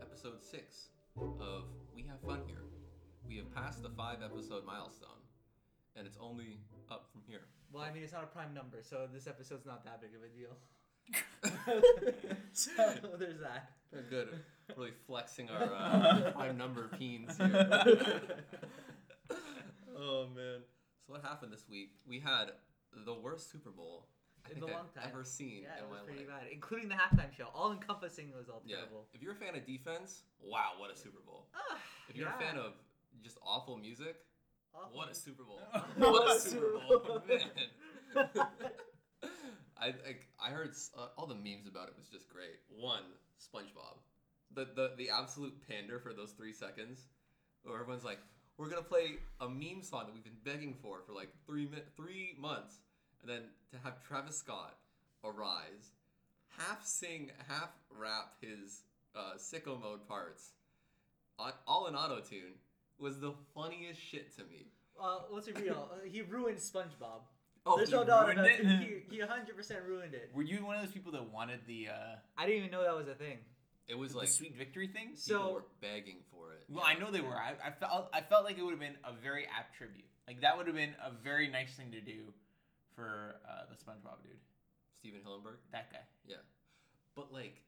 episode six of We Have Fun Here. We have passed the five episode milestone, and it's only up from here. Well, I mean, it's not a prime number, so this episode's not that big of a deal. so there's that. We're good. Really flexing our uh, prime number peens here. oh, man. So, what happened this week? We had the worst Super Bowl I In think a long I've time. ever seen Yeah, in it was my pretty life. bad, including the halftime show. All encompassing was all Yeah. terrible. If you're a fan of defense, wow, what a Super Bowl. If you're Ah, yeah. a fan of just awful music, Awful. What a Super Bowl! what a Super Bowl, man! I like I heard s- uh, all the memes about it was just great. One, SpongeBob, the the the absolute pander for those three seconds, where everyone's like, "We're gonna play a meme song that we've been begging for for like three mi- three months," and then to have Travis Scott arise, half sing, half rap his uh, sicko mode parts, on, all in auto tune, was the funniest shit to me. Uh, let's be real. uh, He ruined SpongeBob. Oh, There's he no doubt ruined about it. it? He, he 100% ruined it. Were you one of those people that wanted the uh, I didn't even know that was a thing. It was the like sweet victory thing? So- people were begging for it. well, I know they were. I, I felt I felt like it would have been a very apt tribute. Like that would have been a very nice thing to do for uh, the SpongeBob dude. Steven Hillenberg. That guy. Yeah, but like,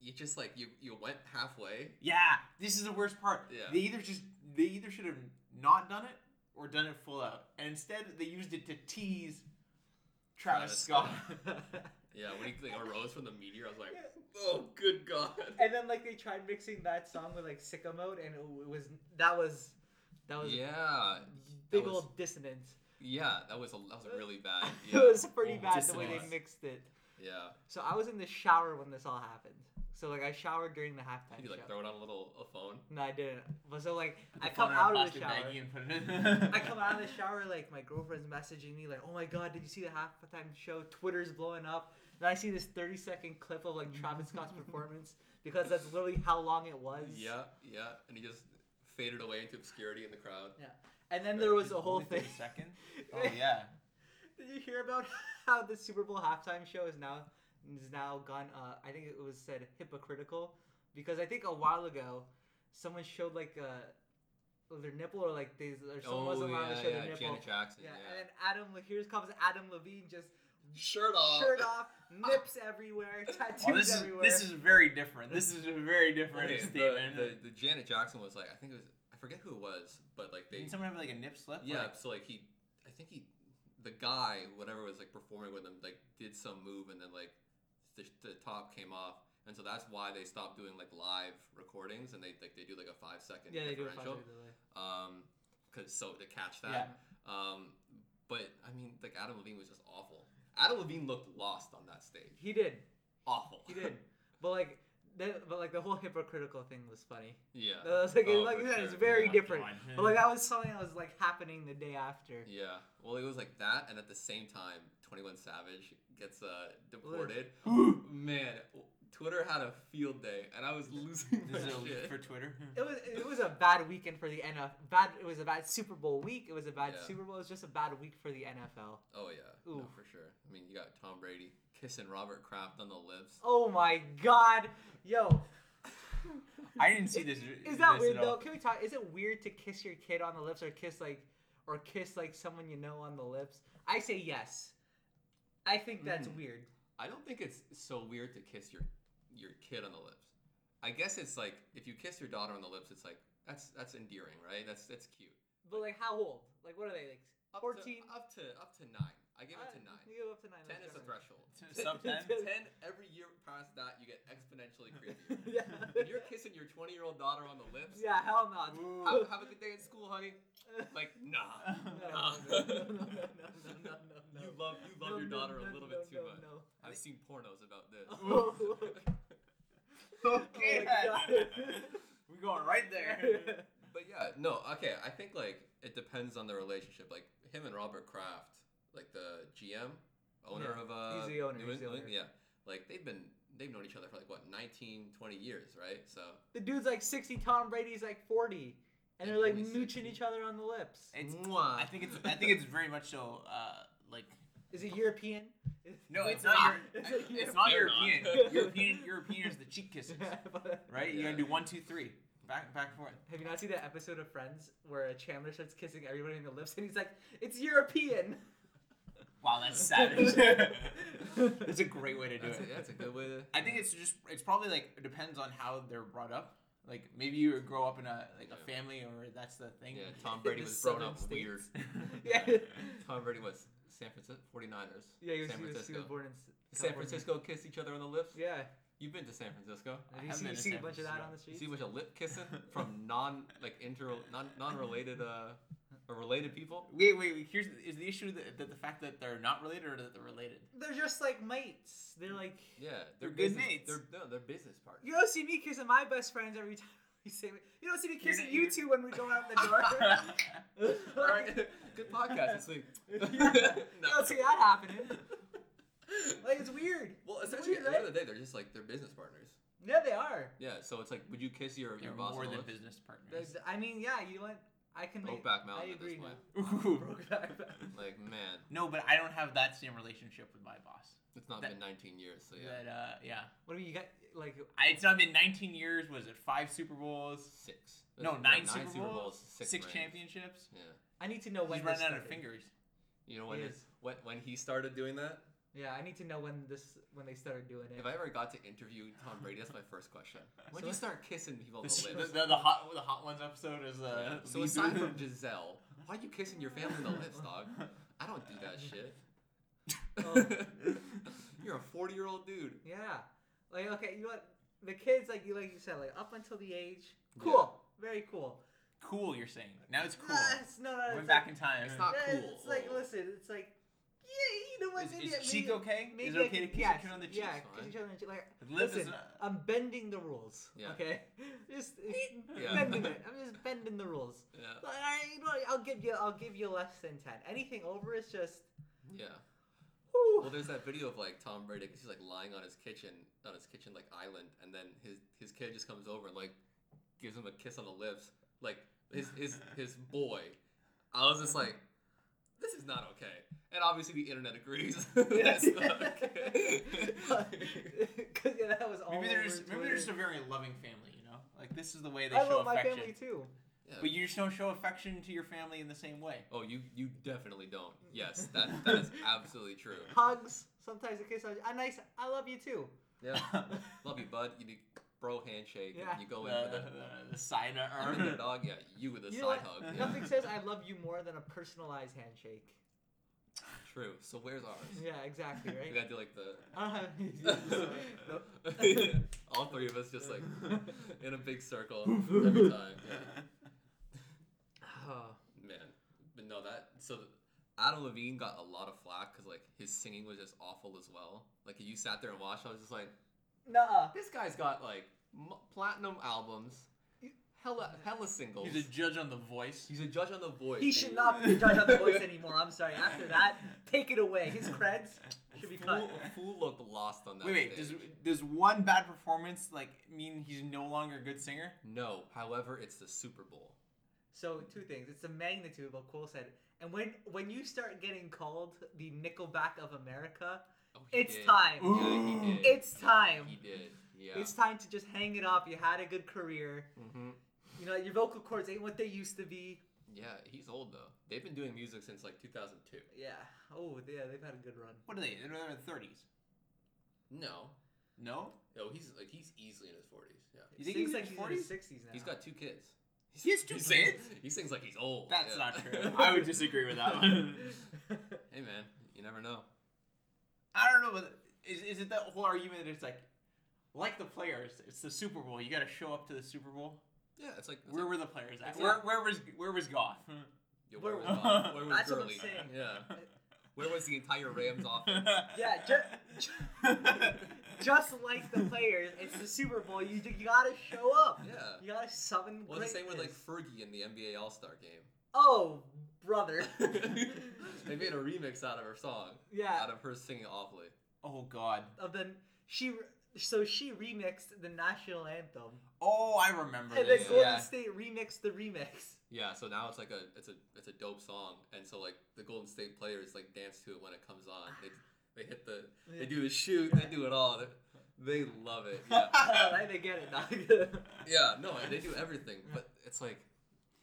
you just like you you went halfway. Yeah, this is the worst part. Yeah. They either just they either should have not done it or done it full out, and instead they used it to tease Travis, Travis Scott. Yeah, when he like, arose from the meteor, I was like, oh good god. And then like they tried mixing that song with like sicko mode, and it was that was that was Yeah, big that was- old dissonance. yeah, that was a that was a really bad. Yeah. It was pretty bad the way they dissonance. mixed it. yeah. So I was in the shower when this all happened. So like I showered during the halftime Did you show. like throw it on a little a phone? no, I didn't. But so like I Put come it in a out of the plastic shower. baggie and put it in. I come out of the shower, like my girlfriend's messaging me, like, "Oh my god, did you see the halftime show? Twitter's blowing up." Then I see this thirty-second clip of like Travis Scott's performance because that's literally how long it was. Yeah, yeah, and he just faded away into obscurity in the crowd. Yeah. And then there was a whole Only thing. 30 seconds? Oh yeah. Did you hear about how the Super Bowl halftime show is now is now gone? Uh, I think it was said hypocritical because I think a while ago someone showed like uh, their nipple or like they or someone was oh yeah, allowed to show yeah, their nipple. Janet Jackson. yeah, Yeah, Oh. and then Adam here's comes Adam Levine just shirt off. shirt off, nips everywhere, Oh, tattoos Well, this is everywhere. this is very different. This is a very different Okay, statement. the, the, the Janet Jackson was like I think it was I forget who it was, but like they Didn't someone have like a nip slip? Yeah, Like, so like he, I think he, the guy, whatever was like performing with him, like did some move and then like the, the top came off, and so that's why they stopped doing like live recordings and they like they do like a five second yeah, they do a differential, five-second delay. um, cause so to catch that, um, but I mean like Adam Levine was just awful. Adam Levine looked lost on that stage, He did, awful. he did, but like. The, but like the whole hypocritical thing was funny. yeah, That was like, Oh, like for you said, it's sure. very Yeah. different. Gone. But like that was something that was like happening the day after. Yeah, well, it was like that, and at the same time, Twenty One Savage gets uh, deported. Man, Twitter had a field day, and I was losing my This is a leak shit. for Twitter. It was it was a bad weekend for the NFL. Bad. It was a bad Super Bowl week. It was a bad Yeah. Super Bowl. It was just a bad week for the NFL. oh yeah, no, Oof. for sure. I mean, you got Tom Brady kissing Robert Kraft on the lips. Oh my God, yo, I didn't see this. is that this weird at all. though? Can we talk? Is it weird to kiss your kid on the lips or kiss like or kiss like someone you know on the lips? I say yes. I think that's Mm. weird. I don't think it's so weird to kiss your your kid on the lips. I guess it's like if you kiss your daughter on the lips, it's like that's that's endearing, right? That's that's cute. But like, how old? Like, what are they? Like Up to- fourteen? up to up to nine. I give it to nine. You go up to nine. Ten is that's the threshold. different. Sub 10? Ten every year past that, you get exponentially creepier. If you're kissing your 20 year old daughter on the lips, Yeah, hell no. have, have a good day at school, honey. Like, nah. Oh, No, no, no, no, no, no, no, no, no. You love you love No, your no, daughter no, a little no, bit too no, much. no. I've seen pornos about this. Oh, Okay. my We're going right there. but yeah, no, okay. I think like it depends on the relationship. Like him and Robert Kraft, like the GM, owner Yeah. of uh, He's the owner, New he's the England- owner. Yeah, like they've been they've known each other for like what 19, 20 years, right? So the dude's like 60, Tom Brady's like 40. And they're like Only mooching 60. each other on the lips. It's. Mwah. I think it's. I think it's very much so. Uh, like Is it European? No, Is it- it's not. is Euro- it it's not They're European. not. European European is the cheek kissers, right? You gotta Yeah. do one, two, three, back back and forth. Have you not seen that episode of Friends where Chandler starts kissing everybody in the lips and he's like, "It's European." Wow, that's savage. that's a great way to do That's a, it. that's a good way to. I think it's just it's probably like it depends on how they're brought up. Like maybe you grow up in a like a Yeah. family or that's the thing. Yeah, Tom Brady The was grown up Southern weird. States. yeah. Tom Brady was San Francisco 49ers. Yeah, he was, San he was, he was Francisco. born in S- San California. Francisco kiss each other on the lips. Yeah, You've been to San Francisco. I you have see, been you to see a San bunch of that on Francisco. the You streets. see a bunch of lip kissing from non like inter non non related uh or related people. Wait, wait, wait. Here's is the issue that, that the fact that they're not related or that they're related. They're just like mates. They're like, Yeah, They're good business- mates. They're no, they're business partners. you don't see me kissing my best friends every time we say. You don't see me You're kissing not- you you're- two when we go out the door. All right, good podcast this week. You don't see that happening. Like it's weird. Well, essentially, at the right? end of the day, they're just like they're business partners. Yeah, they are. Yeah, so it's like, would you kiss your They're your boss? more on the than lips? business partners. There's- I mean, yeah, you went. I can. make- Brokeback I Mountain at this agree. point. Ooh. Brokeback. Like, man, No, but I don't have that same relationship with my boss. it's not That- been 19 years, so yeah, That uh, yeah, What do you got? Like I, it's not been 19 years. Was it five Super Bowls? six. No, That's- nine, Super, Bowls, six, six, rings. championships. Yeah, I need to know when He's running this out of started. fingers. you know when He it, when when he started doing that. Yeah, I need to know when this when they started doing it. If I ever got to interview Tom Brady, that's my first question. When So- do you start kissing people on The, the the, lips? the, the hot the hot ones episode is uh. Yeah. So aside from Giselle, why are you kissing your family in the lips, dog? I don't do that shit. You're a 40 year old dude. yeah, like okay, you know what? The kids, like you like you said, like up until the age, Yeah. cool, very cool. cool, you're saying now it's cool. Nah, it's not. Went it's back like, in time. It's not nah, cool. It's like listen, it's like yeah, you know what? Is, maybe is I- cheek maybe- okay? Maybe Is I it okay to can- kiss yes, each other on the cheeks? It's Yeah, kiss fine. each other on the cheek. Like The lip is listen, not- I'm bending the rules. Yeah. Okay, just it's Yeah. bending it. I'm just bending the rules. Yeah. But I, you know, what, I'll give you, I'll give you less than ten. Anything over is just. Yeah. whew. Well, there's that video of like Tom Brady. 'cause He's like lying on his kitchen, on his kitchen like island, and then his his kid just comes over and like gives him a kiss on the lips, like his his his boy. I was just like, this is not okay. And obviously the internet agrees. Yes. That's not okay. Because yeah, that was all. Maybe they're over just maybe Twitter. they're just a very loving family. You know, like this is the way they I show love my affection. family too. Yeah. But you just don't show affection to your family in the same way. oh, you you definitely don't. Yes, that that is absolutely true. Hugs. Sometimes a kiss. on- A nice. I love you too. Yeah. Love you, bud. You do bro handshake. Yeah. And you go in the, with a the, the sign I'm in there, or dog. Yeah, you with a You know side what? hug. Yeah. Nothing says I love you more than a personalized handshake. True. So where's ours? Yeah, exactly. We Right. Uh, gotta do like the. I don't have. Nope. All three of us just like in a big circle every time. Yeah. Oh, Man, but no, that so Adam Levine got a lot of flack because like his singing was just awful as well. Like you sat there and watched, I was just like, nuh-uh. this guy's got like m- platinum albums, hella hella singles. He's a judge on The Voice. He's a judge on The Voice. He should not be judged on the voice anymore. I'm sorry. After that, take it away. His creds should be cut. Fool, Fool looked lost on that. Wait, wait. stage. Does does one bad performance like mean he's no longer a good singer? No, however, it's the Super Bowl. So two things. It's the magnitude of what Cole said. And when when you start getting called the Nickelback of America, Oh, he it's did. time. Yeah, he Ooh. did. It's time. He did. Yeah. It's time to just hang it up. You had a good career. mm-hmm. You know your vocal cords ain't what they used to be. Yeah, he's old though. They've been doing music since like 2002. Yeah. Oh yeah, they've had a good run. What are they? They're in their 30s. No. No. No, he's like he's easily in his 40s. Yeah. You think Seems he's in like his he's in his 40s? sixties now. He's got two kids. He has two He kids? sings- He sings like he's old. yeah. That's not true. I would disagree with that one. hey man, you never know. I don't know. But is, is it that whole argument that it's like, like the players, it's the Super Bowl. You got to show up to the Super Bowl. Yeah, it's like, it's Where like were the players at? It's Where, like- where was where was Goff? yo, where, where- was Bob? Where was That's what I'm Gurley? saying. Yeah. Where was the entire Rams offense? Yeah, ju- Just like the players, it's the Super Bowl. You, you gotta show up. Yeah. You gotta summon. Well, the same with like greatness. Fergie in the NBA All Star game. Oh, brother. they made Uh, a remix out of her song, yeah. out of her singing awfully. oh God. Of then she so she remixed the national anthem, Oh, I remember and then this. Golden yeah. State remixed the remix. Yeah, so now it's like a it's a it's a dope song, and so like the Golden State players like dance to it when it comes on. They they hit the they do a shoot, they do it all. They, they love it. Yeah, Oh, I didn't get it. Dog. yeah, no, they do everything. But it's like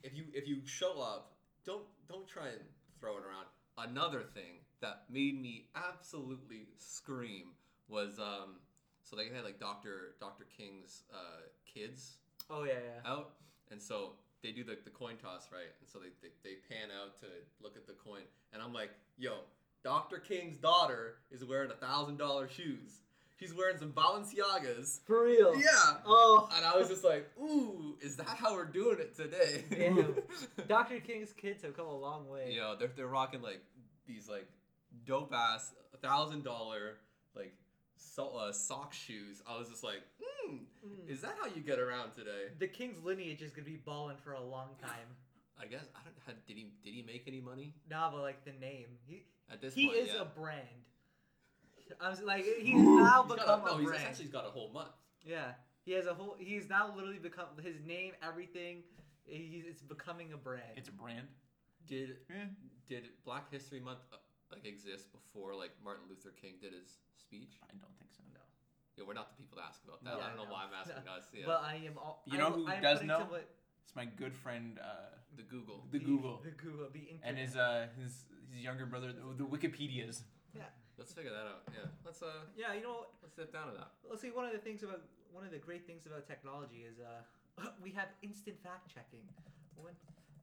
if you if you show up, don't don't try and throw it around. Another thing that made me absolutely scream was um so they had like Doctor Doctor King's uh, kids oh yeah, yeah. out, and so they do the, the coin toss, right? And so they, they, they pan out to look at the coin, and I'm like, yo, Dr. King's daughter is wearing a thousand dollar shoes. She's wearing some Balenciagas. For real. Yeah. Oh. And I was just like, ooh, is that how we're doing it today? Damn. Dr. King's kids have come a long way. you know, they're, they're rocking like these like dope ass thousand dollar like so, uh, sock shoes. I was just like, hmm, Mm. is that how you get around today? The King's lineage is gonna be balling for a long time. I guess I don't. Had, did he did he make any money Nah, but like the name, he at this he point? is yeah. a brand. I was like, he's now He's got become a, no, a he's brand. actually got a whole month. Yeah, he has a whole. He's now literally become his name, everything. He's it's becoming a brand. It's a brand. Did Yeah. did Black History Month uh, like exist before like Martin Luther King did his speech? I don't think so. Yeah, we're not the people to ask about that. No. I don't know Yeah, why no. I'm asking us. Yeah, But I am all. You know I, who I'm does putting know? someone- It's my good friend, uh, the Google. the Google, The Google. The internet. and his uh, his his younger brother, the, the Wikipedia's. Let's figure that out. Yeah, let's uh yeah, you know. what? let's sit down to that. Let's see. One of the things about one of the great things about technology is uh, we have instant fact checking. When,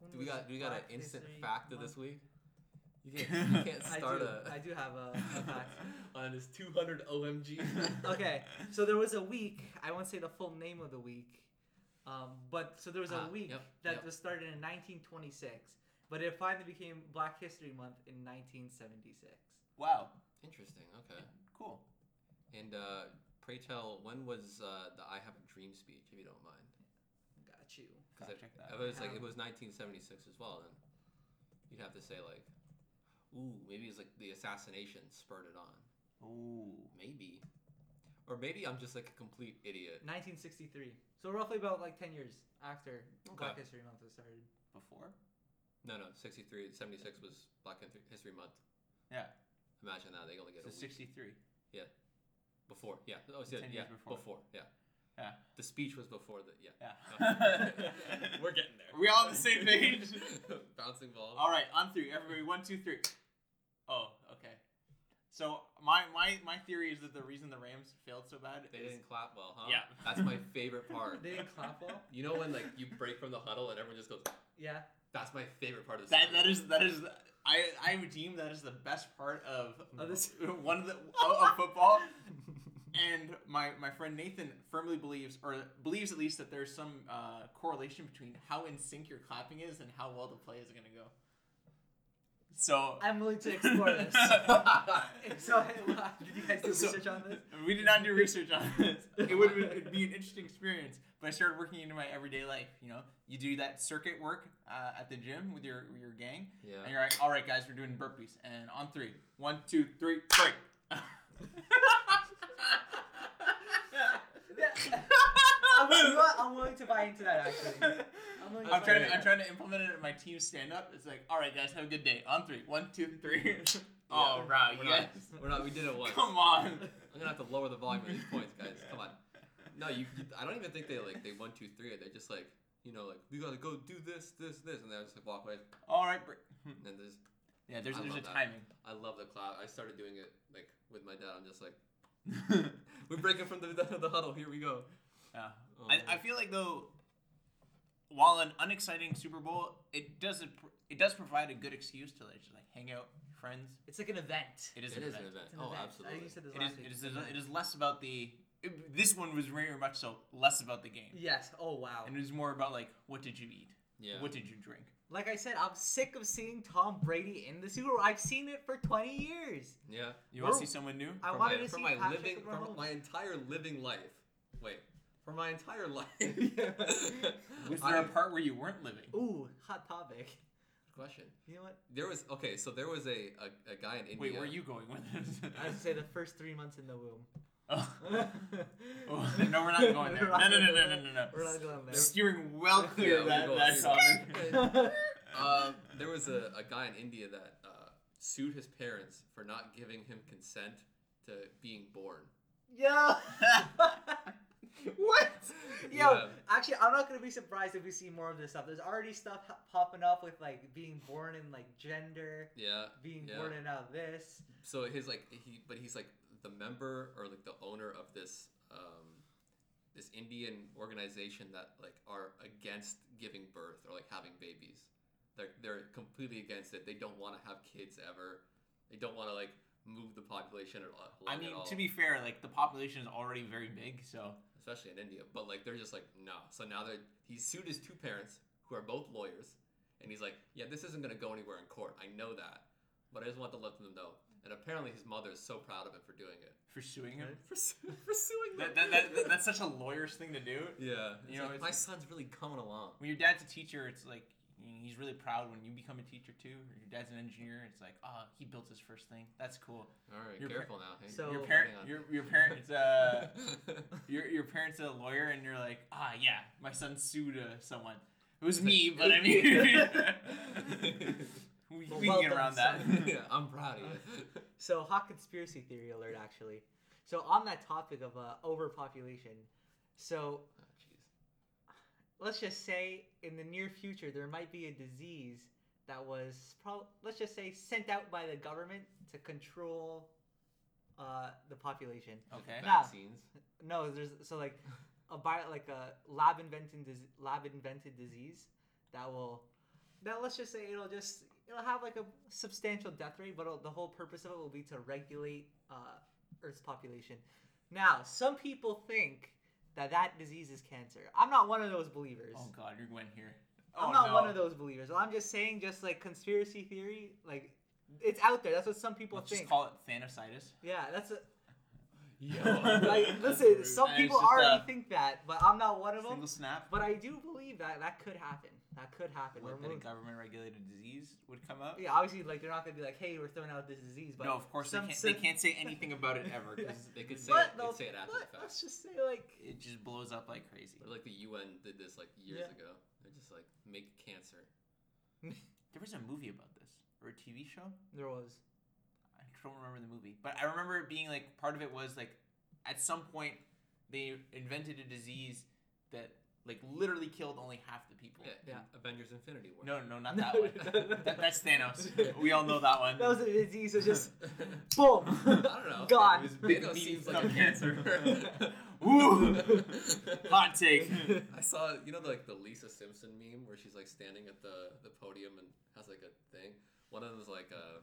when Do we was got do we got an Black instant History fact of Month? this week? You can't, you can't I start do. a I do have a, a fact. on his 200 OMG. Okay, so there was a week. I won't say the full name of the week, um, but so there was a Ah, week yep, that yep. was started in 1926, but it finally became Black History Month in 1976. Wow, Interesting. Okay. cool. And uh, pray tell, when was uh, the "I Have a Dream" speech? If you don't mind. Got you. Because Fact it, check it that. was like Yeah. it was 1976 as well. Then you'd have to say like, ooh, maybe it's like the assassination spurred it on. Ooh. Maybe, or maybe I'm just like a complete idiot. 1963. So roughly about like 10 years after Okay. Black History Month was started. Before? No, no, 63, 76 was Black Hin- History Month. Yeah. Imagine that they only get a So week 63. before. Yeah. Oh, yeah, 10 yeah. years before. Yeah. Yeah. The speech was before the yeah. Yeah. We're getting there. We all on the same page? Bouncing ball. All right, on three. Everybody, one, two, three. Oh, okay. So my my my theory is that the reason the Rams failed so bad They is didn't clap well, huh? Yeah. That's my favorite part. They didn't clap well. You know when like you break from the huddle and everyone just goes. Yeah. That's my favorite part of the that that is that is I I deem that is the best part of, Of this- one of the Oh, of, of football. And my my friend Nathan firmly believes, or believes at least, that there's some uh, correlation between how in sync your clapping is and how well the play is going to go. So I'm willing to explore this. so did you guys do So- research on this? We did not do research on this. It would it'd be an interesting experience, but I started working into my everyday life. You know, you do that circuit work uh, at the gym with your your gang, and Yeah. you're like, "All right, guys, we're doing burpees." And on three, one, two, three, break. Yeah. I'm, you know what? I'm willing to buy into that actually. I'm, willing buy I'm trying. into To, I'm that. trying to implement it at my team stand up. It's like, "All right, guys, have a good day." On three, one, two, three. oh, Yeah. right, We're yes. not, we're not. We did it once. Come on. I'm gonna have to lower the volume of these points, guys. Come on. No, you, you. I don't even think they like they one two three. They're just like you know like we gotta go do this this this, and then I just like walk away. All right. Break. And then there's Yeah, there's I there's a love that. timing. I love the cloud. I started doing it like with my dad. I'm just like we're breaking from the the, the huddle. Here we go. yeah. Oh, man. I, I feel like though, while an unexciting Super Bowl, it does it does provide a good excuse to like, just like hang out, with friends. It's like an event. It is it an is event. an event. It's an Oh, event. I absolutely. think you said this It last is, week. it is It's an it event. is less about the. It, this one was very much so less about the game, Yes. Oh wow. and it was more about like what did you eat, Yeah. what did you drink. Like I said, I'm sick of seeing Tom Brady in the Super Bowl. I've seen it for 20 years. Yeah. You want to Well, see someone new? I From wanted my, to from see my Patrick living from Mahomes. my entire living life. Wait, for my entire life. Was I- there a part where you weren't living? Ooh, hot topic. question? You know what? There was okay, so there was a a, a guy in uh, India. Wait, where are you going with this? I would say the first three months in the womb. Oh. Oh, no, no, we're not going there. No, no, no, no, no, no, no. We're not going there. Steering well clear of Yeah, that, we're that going- topic. Um, there was a, a guy in India that uh, sued his parents for not giving him consent to being born. Yo. what? Yo, Yeah. actually, I'm not gonna be surprised if we see more of this stuff. There's already stuff ho- popping up with like being born in like gender, Yeah. being Yeah. born in out this. So his like he, but he's like the member or like the owner of this um, this Indian organization that like are against giving birth or like having babies. They're they're completely against it. They don't want to have kids ever. They don't want to like move the population or along I at mean, all, to be fair, like the population is already very big, so especially in India. But like they're just like no. So now that he sued his two parents who are both lawyers, and he's like, yeah, this isn't gonna go anywhere in court. I know that, but I just want to let them know. And apparently, his mother is so proud of him for doing it. pursuing him. pursuing, pursuing That, that, that, that- that's such a lawyer's thing to do. yeah. You know, it's- my son's really coming along. When your dad's a teacher, it's like you know, he's really proud when you become a teacher too. Or your dad's an engineer, it's like, oh, he built his first thing. That's cool. All right, Your par- careful now. Hey, So- your Oh, parent, hang on. your, your parents, uh, your your parents are a lawyer, and you're like, ah, yeah, my son sued uh, someone. It was me, but I mean, we, we Well, can get welcome, around that. son. yeah, I'm proud of you. So hot conspiracy theory alert, actually. So on that topic of uh, overpopulation, so Oh, jeez. let's just say in the near future there might be a disease that was prob- let's just say sent out by the government to control uh, the population. Okay. Nah. Vaccines. No, there's so like a bio, like a lab invented dis- lab invented disease that will that let's just say it'll just it'll have like a substantial death rate, but it'll- the whole purpose of it will be to regulate uh, Earth's population. Now, some people think that that disease is cancer. I'm not one of those believers. Oh God, you're going here. I'm Oh, not no. one of those believers. I'm just saying, just like conspiracy theory, like it's out there. That's what some people Let's think. just call it Thanositis. yeah, that's a, Yo. like listen. Some Nah, it's people just, already uh, think that, but I'm not one of them. Single snap. But I do believe that that could happen. That could happen. We're What, that a moving- government-regulated disease would come up. yeah, obviously, like they're not gonna be like, "Hey, we're throwing out this disease." But no, of course some they can't. sim- They can't say anything about it ever because They could say But it. they'll- They'd say it after but the fact. let's just say like it just blows up like crazy. But like the UN did this like years Yeah. ago. They're just like make cancer. There was a movie about this or a TV show. there was. I don't remember the movie, but I remember it being like part of it was like at some point they invented a disease that like literally killed only half the people. Yeah. Yeah. Avengers Infinity War. No, no, not No, that one. no, no. That- that's Thanos. We all know that one. That was a disease. It was just I boom. don't know. God. It was Bingo beating seems some like a cancer. Ooh, hot take. I saw you know like the Lisa Simpson meme where she's like standing at the the podium and has like a thing. One of them was like uh,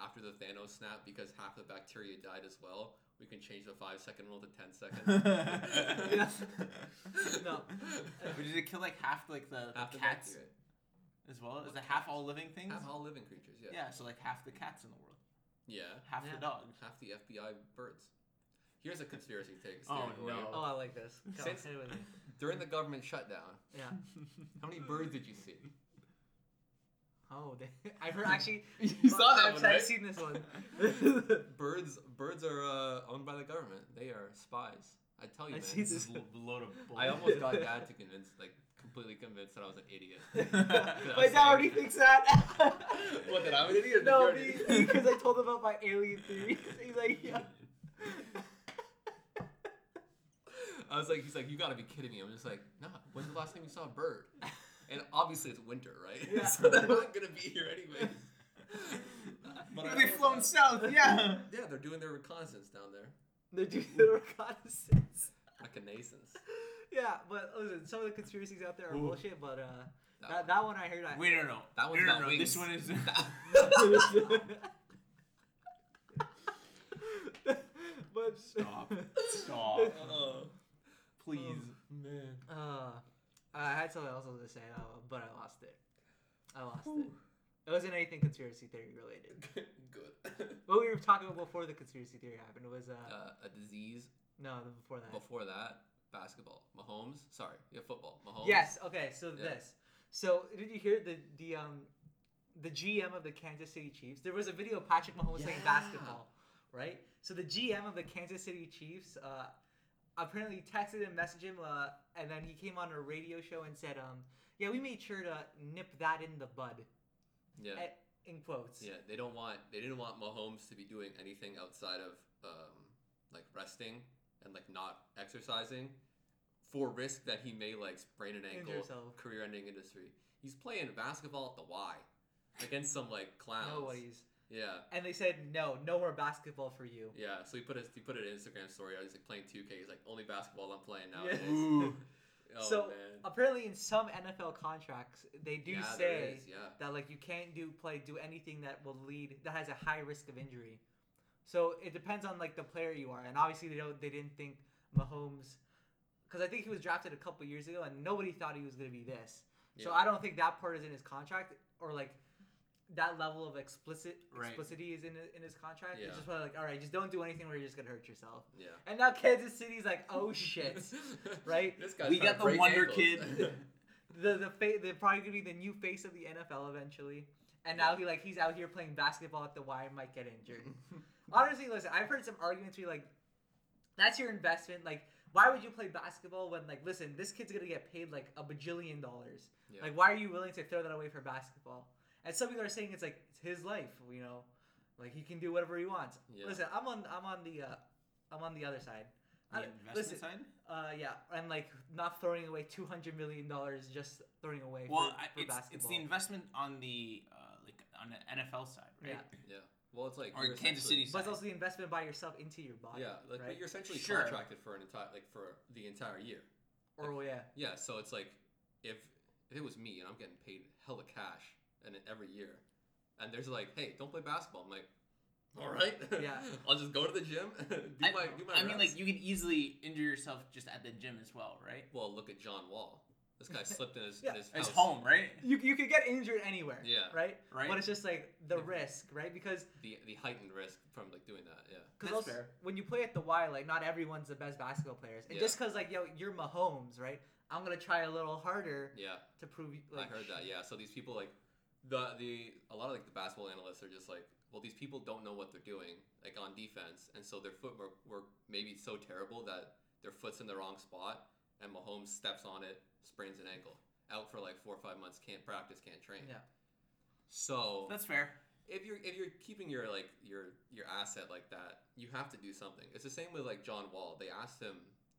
after the Thanos snap because half the bacteria died as well. We can change the five second rule to ten seconds. No. But did it kill like half like the, the Half the cats bacteria. as well? Is it half all living things? Half all living creatures. Yeah. Yeah, so like half the cats in the world, Yeah. half Yeah. the dogs. Half the FBI birds. Here's a conspiracy take. Oh, theory for you. no. oh, I like this. Go, Since- hit it with me. During the government shutdown, yeah. how many birds did you see? Oh, they, I've heard actually. You saw that I've, one, I've right? seen this one. Birds, birds are uh, owned by the government. They are spies. I tell you, I man. see this this. is L- load of bull. I almost got dad to convince, like, completely convinced that I was an idiot. My dad already thinks that. what? That I'm an idiot? No, You're an idiot. because I told him about my alien theories. He's like, yeah. I was like, he's like, you gotta be kidding me. I'm just like, nah. When's the last time you saw a bird? And obviously it's winter, right? Yeah. so they're not gonna be here anyways. But I They've know flown that. south, yeah. Yeah, they're doing their reconnaissance down there. They're doing the reconnaissance. Reconnaissance. Yeah, but listen, some of the conspiracies out there are Ooh. bullshit, but uh, That that, that one I heard. I... Wait, no, no. That one's no, no, got no. wings. This one is. but Stop. Stop. Oh, Please. man. Uh, I had something else I was gonna say, uh, but I lost it. I lost it. It wasn't anything conspiracy theory related. Good. What we were talking about before the conspiracy theory happened was uh, Uh, a disease no, the- before that. before that, basketball. Mahomes. Sorry, yeah, football. Mahomes. Yes. Okay. So Yeah. this. So did you hear the the um the GM of the Kansas City Chiefs? There was a video of Patrick Mahomes playing Yeah. basketball, right? So the GM of the Kansas City Chiefs uh, apparently texted and messaged him, uh, and then he came on a radio show and said, um, "Yeah, we made sure to nip that in the bud." Yeah. eh, In quotes. Yeah, they don't want they didn't want Mahomes to be doing anything outside of um, like resting and like not exercising for risk that he may like sprain an Injure ankle, himself. career-ending industry. He's playing basketball at the Y against some like clowns. No worries. Yeah. And they said, "No, no more basketball for you." Yeah, so he put his he put an Instagram story out. He's like playing 2K. He's like only basketball I'm playing now. Yes. Ooh. uh, Oh So, man. Apparently, in some NFL contracts, they do yeah, there say is, yeah. that like you can't do play do anything that will lead that has a high risk of injury. So it depends on like the player you are, and obviously they don't they didn't think Mahomes, because I think he was drafted a couple years ago, and nobody thought he was gonna be this. So Yeah. I don't think that part is in his contract, or like that level of explicit Right. explicity is in in his contract. Yeah. It's just probably like all right, just don't do anything where you're just gonna hurt yourself. Yeah. And now Kansas City's like, oh shit. Right? This guy's We trying got to the break Wonder ankles. Kid. the the fa- they're probably gonna be the new face of the NFL eventually. And now he like he's out here playing basketball at the Y and might get injured. Honestly, listen, I've heard some arguments be like, that's your investment. Like, why would you play basketball when like listen, this kid's gonna get paid like a bajillion dollars. Yeah. Like, why are you willing to throw that away for basketball? And some people are saying it's like it's his life, you know, like he can do whatever he wants. Yeah. Listen, I'm on I'm on the uh, I'm on the other side. I- The investment listen, side? uh, yeah, and like not throwing away two hundred million dollars, just throwing away Well, for, I- for it's, it's basketball. the investment on the uh, like on the NFL side, right? Yeah. yeah. Well, it's like Or you're Kansas essentially- City but it's also the investment by yourself into your body. Yeah, like but right? you're essentially Sure. contracted for an entire like for the entire year. or well, yeah, Yeah, so it's like if if it was me and I'm getting paid hella cash and it- every year, and there's like, hey, don't play basketball. I'm like, all right, Yeah. I'll just go to the gym. do I, my do my. I mean, reps." like you could easily injure yourself just at the gym as well, right? well, look at John Wall. This guy slipped in his Yeah. in his, It's house. home, right? you you could get injured anywhere. Yeah. right. Right. But it's just like the Yeah. risk, right? Because The the heightened risk from like doing that. Yeah. cause That's also, fair. when you play at the Y, like not everyone's the best basketball players, and Yeah. just because like yo you're Mahomes, right? I'm gonna try a little harder Yeah. to prove. Like, I heard that. Yeah. So these people like the the a lot of like the basketball analysts are just like, well, these people don't know what they're doing like on defense, and so their footwork were maybe so terrible that their foot's in the wrong spot, and Mahomes steps on it, sprains an ankle, out for like four or five months, can't practice, can't train. Yeah. So That's fair. if you're if you're keeping your like your your asset like that, you have to do something. It's the same with like John Wall. They asked him,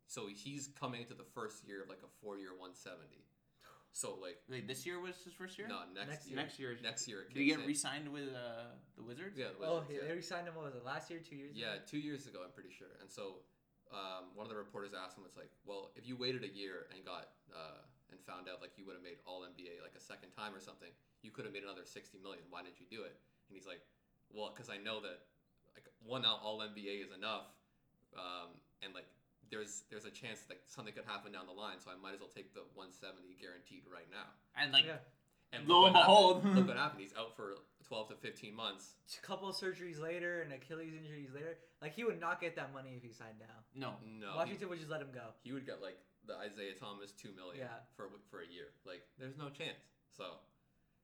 so he's coming into the first year of like a four year 170. So like Wait, this year was his first year. no next, Next year. next year. Next year, it Did he get kicks in. re-signed with uh, the Wizards? Yeah, the Oh, Wizards, yeah, yeah. they resigned him. What was it last year? Two years? Yeah, ago? two years ago, I'm pretty sure. And so, um, one of the reporters asked him, "It's like, well, if you waited a year and got uh, and found out like you would have made All NBA like a second time or something, you could have made another 60 million. Why didn't you do it?" And he's like, "Well, because I know that like one All NBA is enough, um, and like." There's there's a chance that something could happen down the line, so I might as well take the 170 guaranteed right now. And like yeah. And Lo look and what behold. happened. look what happened. He's out for 12 to 15 months. a couple surgeries later and Achilles injuries later, like he would not get that money if he signed now. no, No, he- Washington would just let him go. he would get like the Isaiah Thomas two million Yeah. for a w for a year. Like there's no chance. So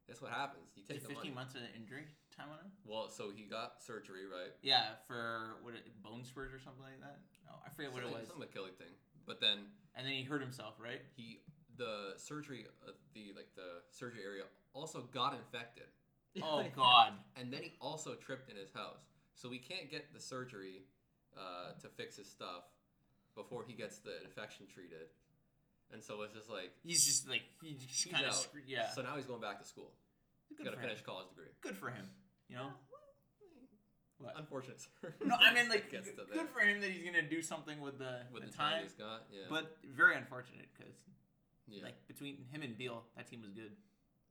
that's what happens. You Is it take the money. 15 months of injury time on him. Well, so he got surgery, right? Yeah, for what it- bone spurs or something like that. No, I forget what it Something- was. Some Achilles thing. But then And then he hurt himself, right? he the surgery uh, the like the surgery area also got infected, Oh God. and then he also tripped in his house. So we can't get the surgery uh, to fix his stuff before he gets the infection treated. And so it's just like He's just like he just he's kind of out. scre- yeah. So now he's going back to school. Good Got for to him. finish college degree. Good for him. You know. What? Unfortunate. No, I mean circumstance that like gets good to good that for him that he's gonna do something with the with the, the, time, he's got. Yeah, but very unfortunate because yeah. like between him and Beal, that team was good.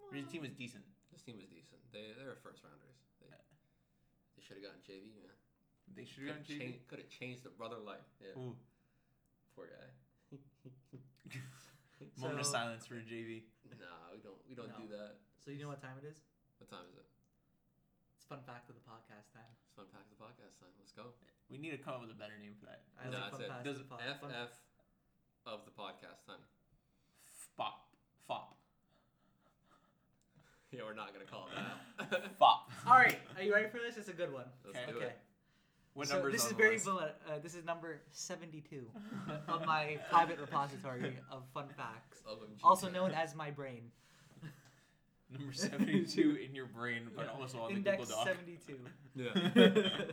Or His team was decent. this team was decent. They they're first rounders. They, Uh, they should have gotten JV. Yeah, They should have changed. could have changed the brother life. Yeah, Ooh. poor guy. Moment of So- silence for JV. nah, we don't we don't No. do that. So you know what time it is? What time is it? It's fun fact of the podcast time. It's fun pack the podcast time. Let's go. We need to come up with a better name for that. I No, like that's fun it. facts Does of the pod- FF fun- of the podcast time. Fop. Fop. Yeah, we're not gonna call it that. Fop. All right, are you ready for this? It's a good one. Let's Okay. do Okay. it. What so number this on is the very list? bullet. Uh, this is number seventy-two of my private repository of fun facts, OMG. also known as my brain. number seventy-two in your brain, but Yeah. also on Index the Google Doc. seventy-two. Yeah.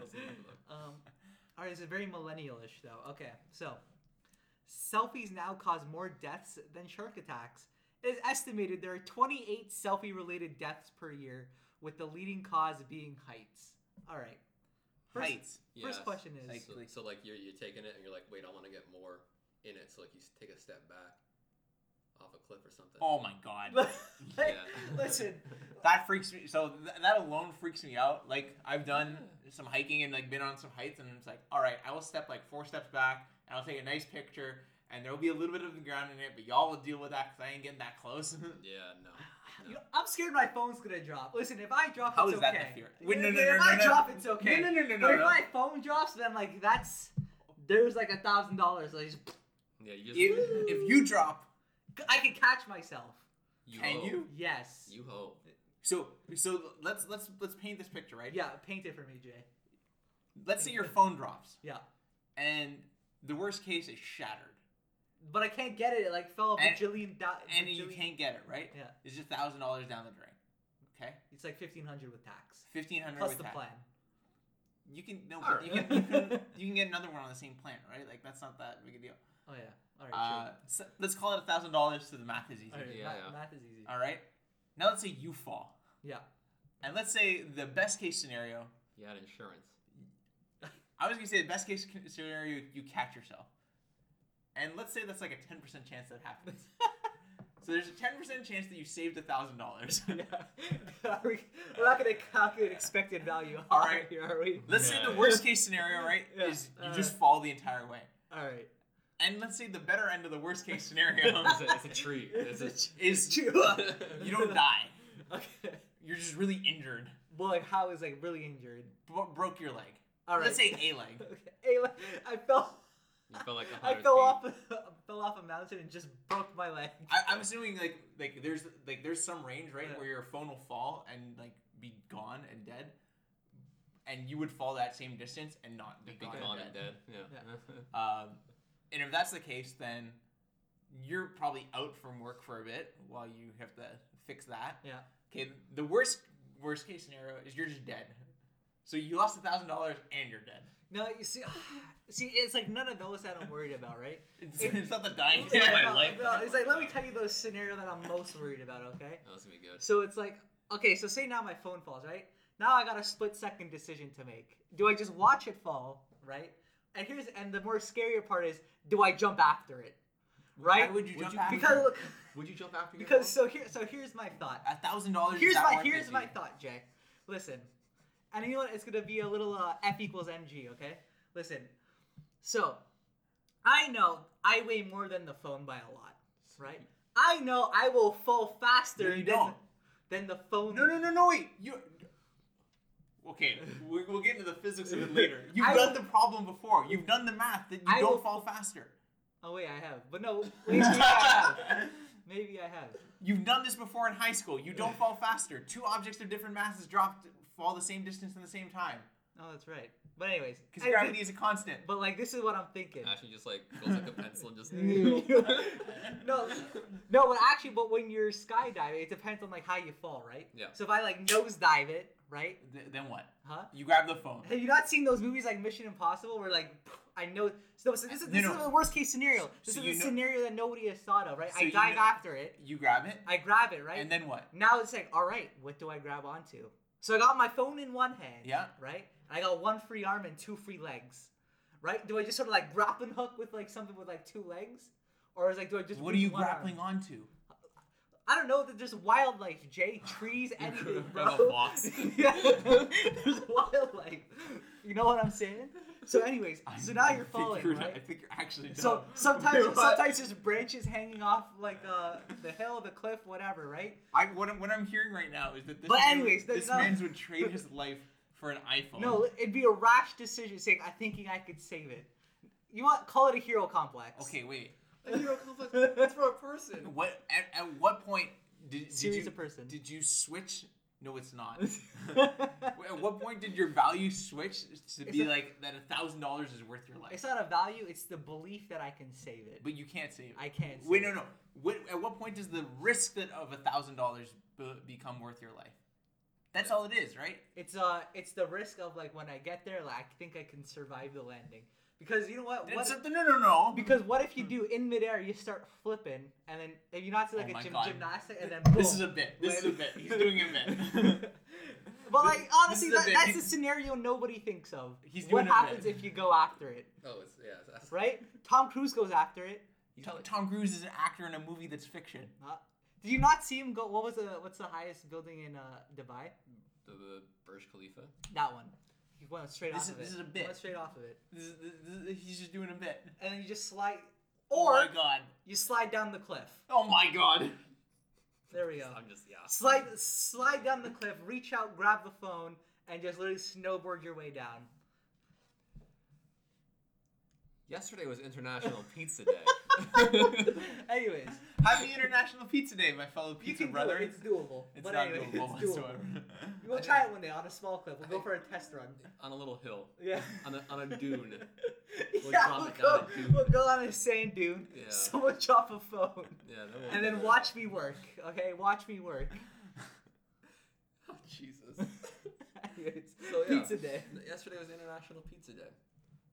Um, all right, this is very millennialish though. Okay, so selfies now cause more deaths than shark attacks. It is estimated there are 28 selfie-related deaths per year, with the leading cause being heights. All right, First- Heights. First question is- so, so like you're you're taking it and you're like, wait, I want to get more in it. So like you s- take a step back off a cliff or something. Oh my god. Yeah. Listen, that freaks me. So th- that alone freaks me out. Like I've done some hiking and like been on some heights, and it's like, all right, I will step like four steps back, and I'll take a nice picture, and there will be a little bit of the ground in it, but y'all will deal with that because I ain't getting that close. Yeah. No. You know, I'm scared my phone's gonna drop. Listen, if I drop, How it's is okay. that the fear? Wait, no, no, if no, no, I no. drop, it's okay. No, no, no, no, but no. if no. my phone drops, then like that's there's like a thousand dollars. Like Yeah. You just. If, if you drop, I can catch myself. you can hope. you? Yes. You hope. So so let's let's let's paint this picture, right? yeah, paint it for me, Jay. Let's say your phone drops. Yeah. And the worst case is shattered, But I can't get it. It like fell a And- bajillion. Do- and you bajillion- can't get it, right? Yeah, It's just thousand dollars down the drain. Okay, it's like fifteen hundred with tax fifteen hundred. plus with the tax. plan. You can no, All but you, right. can, you can you can get another one on the same plan, right? Like that's not that big a deal. Oh yeah. All right. Uh, so let's call it a thousand dollars so the math is easy. Uh, sure. All right. yeah, ma- yeah. Math is easy. All right. Now let's say you fall, Yeah. and let's say the best case scenario. You had insurance. I was gonna say the best case c- scenario you catch yourself, and let's say that's like a ten percent chance that happens. so there's a ten percent chance that you saved a thousand dollars. yeah. Are we, we're not gonna calculate expected value. All right. Here, are we? Let's say the Yeah. worst case scenario, right, Yeah. is you Uh, just fall the entire way. All right. And let's say the better end of the worst case scenario It's a, it's a treat. It's a, is uh, you don't die. Okay. You're just really injured. Well, like how is like really injured. Bro- broke your leg. All right. Let's say a leg. Okay. A- I fell. you felt like a I hundred fell feet. off. fell off a mountain and just broke my leg. I, I'm assuming like like there's like there's some range right Yeah. where your phone will fall and like be gone and dead, and you would fall that same distance and not be, Be gone, gone and dead. Yeah. Um, and if that's the case, then you're probably out from work for a bit while you have to fix that. Yeah. Okay. The worst worst case scenario is you're just dead. So you lost a thousand dollars and you're dead. No, you see, see, it's like none of those that I'm worried about, right? It's, it's not the dying It's in like, my no, life. no, it's like let me tell you the scenario that I'm most worried about. Okay, That was gonna be good. so it's like okay, so say now my phone falls, right? Now I got a split second decision to make. Do I just watch it fall, right? And here's and the more scarier part is, do I jump after it, right? Why would you Would jump you- after? because look, Would you jump after? your because phone? so here, so here's my thought. a thousand dollars. Here's is that my worth it here's to my you? thought, Jay. Listen, and you know what? It's gonna be a little uh, F equals mg. Okay, listen. So, I know I weigh more than the phone by a lot, right? I know I will fall faster No, you than, don't. than the phone. No, no, no, no. Wait, you. Okay, we, we'll get into the physics of it later. You've I- done the problem before. You've done the math that you I don't will- fall faster. Oh wait, I have, but no, wait, maybe I have. Maybe I have. You've done this before in high school. You don't fall faster. Two objects of different masses dropped fall the same distance in the same time Oh, that's right. But anyways, because I- gravity is a constant. But like, this is what I'm thinking. Ashley just like goes like a pencil and just. no, no, but actually, but when you're skydiving, it depends on like how you fall, right? Yeah. So if I like nosedive it, right? Th- then what? Huh? You grab the phone. Have you not seen those movies like Mission Impossible where like I know so, so this is No, this no. is the worst case scenario. This So is you a know- scenario that nobody has thought of, right? So I you dive know- after it, You grab it, I grab it, right? and then what? now it's like, all right, what do I grab onto? So I got my phone in one hand, Yeah. right? And I got one free arm and two free legs, right? Do I just sort of like grappling hook with like something with like two legs, or is like do I just What are you one arm? grappling onto? I don't know. There's wildlife, Jay. Trees, anything, grab a bro. box. yeah, there's wildlife. You know what I'm saying? So, anyways, so now you're I think falling, you're- I right? think you're actually dumb. So sometimes, What? sometimes there's branches hanging off like uh, the hill, the cliff, whatever, right? I what I'm, what I'm hearing right now is that this But man- anyways, there's this no- man's would trade his life for an iPhone. No, it'd be a rash decision saying, "I thinking I could save it." You want call it a hero complex? Okay, wait. A hero complex. That's for a person. What at, at what point did, did Series you of person. did you switch No, it's not. At what point did your value switch to be a- like that? A thousand dollars is worth your life, it's not a value. It's the belief that I can save it. but you can't save. I can't. Save Wait, no, it. no. What, at what point does the risk that of a thousand dollars become worth your life? That's all it is, right? It's uh, it's the risk of like when I get there, like I think I can survive the landing. Because you know what? That's what something- no, no, no. because what if you do in midair you start flipping and then if you not do Hmm. Oh like my a gym, God. gymnastic and then boom. This is a bit. This is a bit. He's doing a bit. but like honestly, is a that, bit. that's He- a scenario nobody thinks of. He's what doing a bit. happens if you go after it, Oh, it's yeah. It's, that's- right? Tom Cruise goes after it. Tom, Tom Cruise is an actor in a movie that's fiction. Uh, did you not see him go? What was the what's the highest building in uh, Dubai? The, the Burj Khalifa. That one. He went straight This off is- of it. this is a He bit. Went straight off of it, This is, this is, he's just doing a bit. and then you just slide, oh or my god. you slide down the cliff. Oh my god. There we go. I'm just yeah. Slide, slide down the cliff, reach out, grab the phone, and just literally snowboard your way down. Yesterday was International Pizza Day. Anyways, Happy International Pizza Day, my fellow you pizza can brother. brother. It's doable. It's but not anyway, doable it's doable. whatsoever. We'll try it one day on a small cliff. We'll go think- for a test run. on a little hill. Yeah. On a, on a dune. We'll yeah, drop we'll it go, down a dune. we'll go on a sand dune. Yeah. Someone drop a phone. Yeah. that won't be And then good. watch me work. Okay, watch me work. Oh, Jesus. Anyways, So, yeah. Pizza day. Yesterday was International Pizza Day.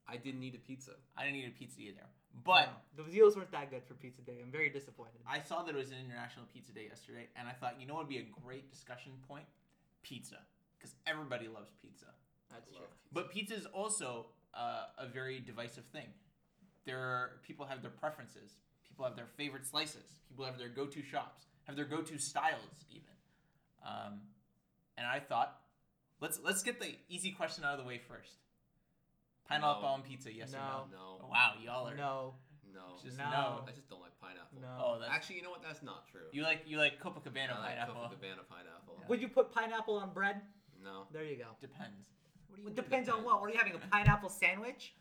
I didn't need a pizza. I didn't eat a pizza either. But No, the deals weren't that good for pizza day. I'm very disappointed. I saw that it was an International Pizza Day yesterday, and I thought, you know what would be a great discussion point? Pizza. Because everybody loves pizza. That's Love true. pizza. But pizza is also uh, a very divisive thing. There are, people have their preferences. People have their favorite slices. People have their go-to shops. Have their go-to styles even. Um, and I thought, let's let's get the easy question out of the way first. Pineapple No. on pizza, yes No. or no? No. Wow, y'all are No, No. just no. No. I just don't like pineapple. no. Oh, that's Actually, you know what? That's not true. you like you like Copacabana I like pineapple. Copacabana pineapple. Would you put pineapple on bread? No. There you go. Depends. What do It depends on what. What are you having? A pineapple sandwich?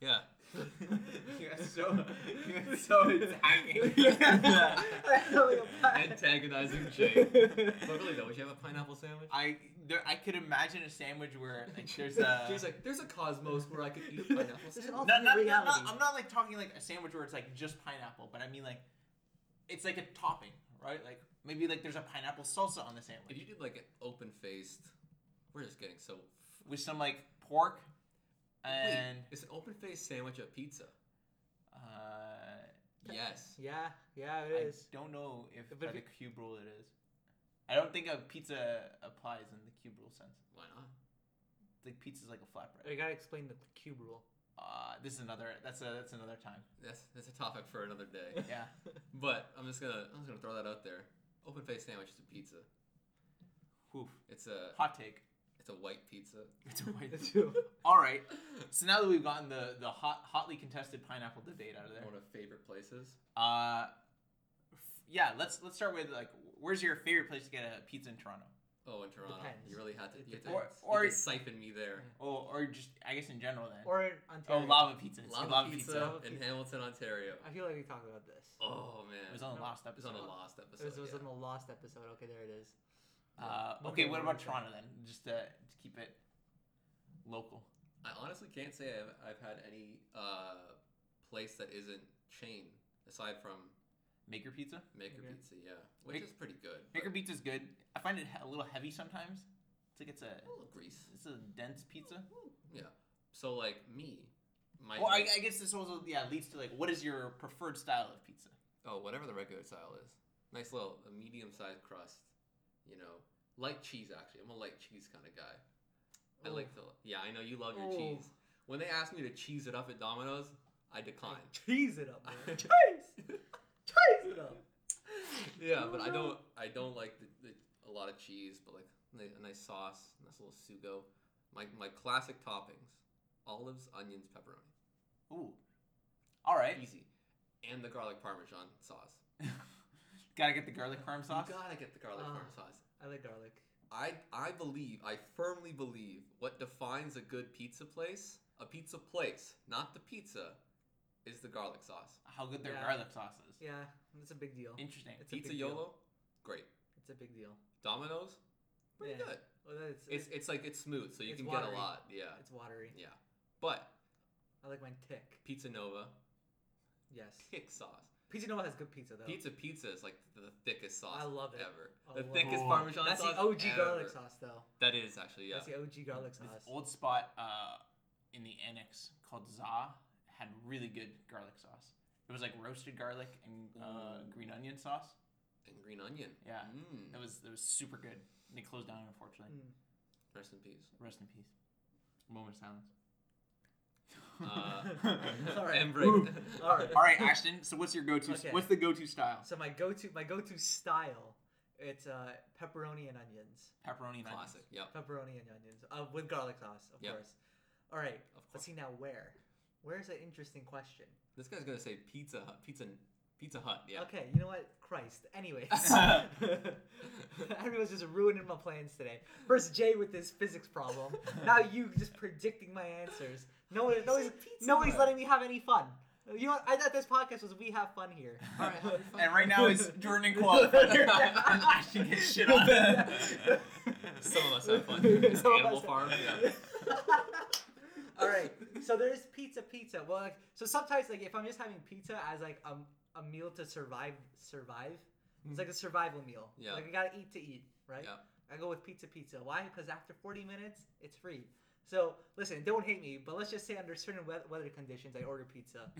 Yeah. you got so you got so attacking. Antagonizing Jake. But really though, would you have a pineapple sandwich? I there, I could imagine a sandwich where like there's a. She's like, there's a cosmos where I could eat a pineapple There's an sandwich. al- no, no, no, no, reality. I'm not like talking like a sandwich where it's like just pineapple, but I mean like it's like a topping, right? Like maybe like there's a pineapple salsa on the If sandwich you did like an open faced, we're just getting so. with some like pork and Wait, it's an open faced sandwich of pizza. uh, Yes. yeah, yeah, I it is. don't know if But by if the it- cube rule it is. I don't think a pizza applies in the cube rule sense. Why not? Like pizza's like a flatbread. We gotta explain the cube rule. Uh, this is another. That's a. That's another time. That's that's a topic for another day. Yeah. but I'm just gonna I'm just gonna throw that out there. Open faced sandwich is a pizza. Woof. It's a Hot take. it's a white pizza. It's a white. Two. All right. So now that we've gotten the the hot, hotly contested pineapple debate out of there, One of favorite places. uh, f- yeah, let's let's start with like, where's your favorite place to get a pizza in Toronto? Oh, in Toronto, Depends. you really had to It you had to, you had Or- or- to siphon me there. Oh, or just I guess in general then. Or in oh, Ontario. lava pizza. It's Lava, lava, pizza, pizza. Lava in pizza. Hamilton, Ontario. I feel like we talked about this. Oh man, It was on the No, last it was on a episode. lost it episode. was, it was yeah. in the lost episode. Okay, there it is. Yeah. Uh, okay, Okay, what we're about okay. Toronto then? Just to, to keep it local. I honestly can't say I've, I've had any uh, place that isn't chain aside from Maker pizza. Maker Okay. Pizza, yeah, which Make- is pretty good. but Maker pizza's good. I find it he- a little heavy sometimes. It's like it's a a little grease. it's a dense pizza. Yeah. So like me, my Well, I, I guess this also yeah leads to like what is your preferred style of pizza? oh whatever the regular style is, nice little a medium sized crust, you know, light cheese actually. I'm a light cheese kind of guy. I like to. Oh. Yeah, I know you love your Ooh. cheese. When they asked me to cheese it up at Domino's, I declined. Cheese it up, man. Cheese! Cheese it up! yeah, Oh, but I no. don't. I don't like the, the, a lot of cheese, but like ni- a nice sauce, nice little sugo. My my classic toppings: olives, onions, pepperoni. Ooh, all right. Easy, and the garlic parmesan sauce. Gotta get the garlic parm sauce. You gotta get the garlic Ah. parmesan sauce. I like garlic. I I believe I firmly believe what defines a good pizza place, a pizza place, not the pizza, is the garlic sauce. How good their Yeah. garlic sauce is. Yeah, it's a big deal. Interesting. It's a pizza big deal. Yolo, great. It's a big deal. Domino's, Pretty Yeah. good. Well, that's, It's it's like it's smooth, so you It's can watery. get a lot. Yeah, it's watery. yeah. But I like mine thick. Pizza Nova Yes. kick sauce. Pizza Nova has good pizza though. Pizza Pizza is like the thickest sauce I love it. ever. I the love thickest it. Parmesan That's sauce. the OG ever. garlic sauce though. That is actually yeah. That's the OG garlic sauce. This old spot uh, in the annex called Za had really good garlic sauce. It was like roasted garlic and uh, green onion sauce. and green onion. Yeah. Mm. It was it was super good. They closed down unfortunately. Mm. Rest in peace. Rest in peace. Moment of silence. Uh, All right. And break. Ooh. All right. All right, Ashton. So what's your go-to? Okay. What's the go-to style? So my go-to my go-to style, it's uh, pepperoni and onions. Pepperoni and onions. Classic. Yep. Pepperoni and onions uh, with garlic sauce, of Yep. course. All right. Of course. Let's see now where. Where's an interesting question? This guy's gonna say Pizza Hut. Pizza Pizza Hut. Yeah. Okay, you know what? Christ. Anyways. Everyone's just ruining my plans today. First Jay with this physics problem. Now you just predicting my answers. No one, no one's, no one's letting me have any fun. You know, what? I thought this podcast was we have fun here. All right, have your fun. And right now it's Jordan and Koala and Ashton gets shit on. Some of us have fun. It's Some of Animal us- Farm. Yeah. All right. So there's pizza, pizza. Well, like, so sometimes like if I'm just having pizza as like a, a meal to survive, survive. It's like a survival meal. Yeah. Like I gotta eat to eat, right? Yeah. I go with pizza, pizza. Why? Because after 40 minutes, it's free. So listen, don't hate me, but let's just say under certain wea- weather conditions, I order pizza.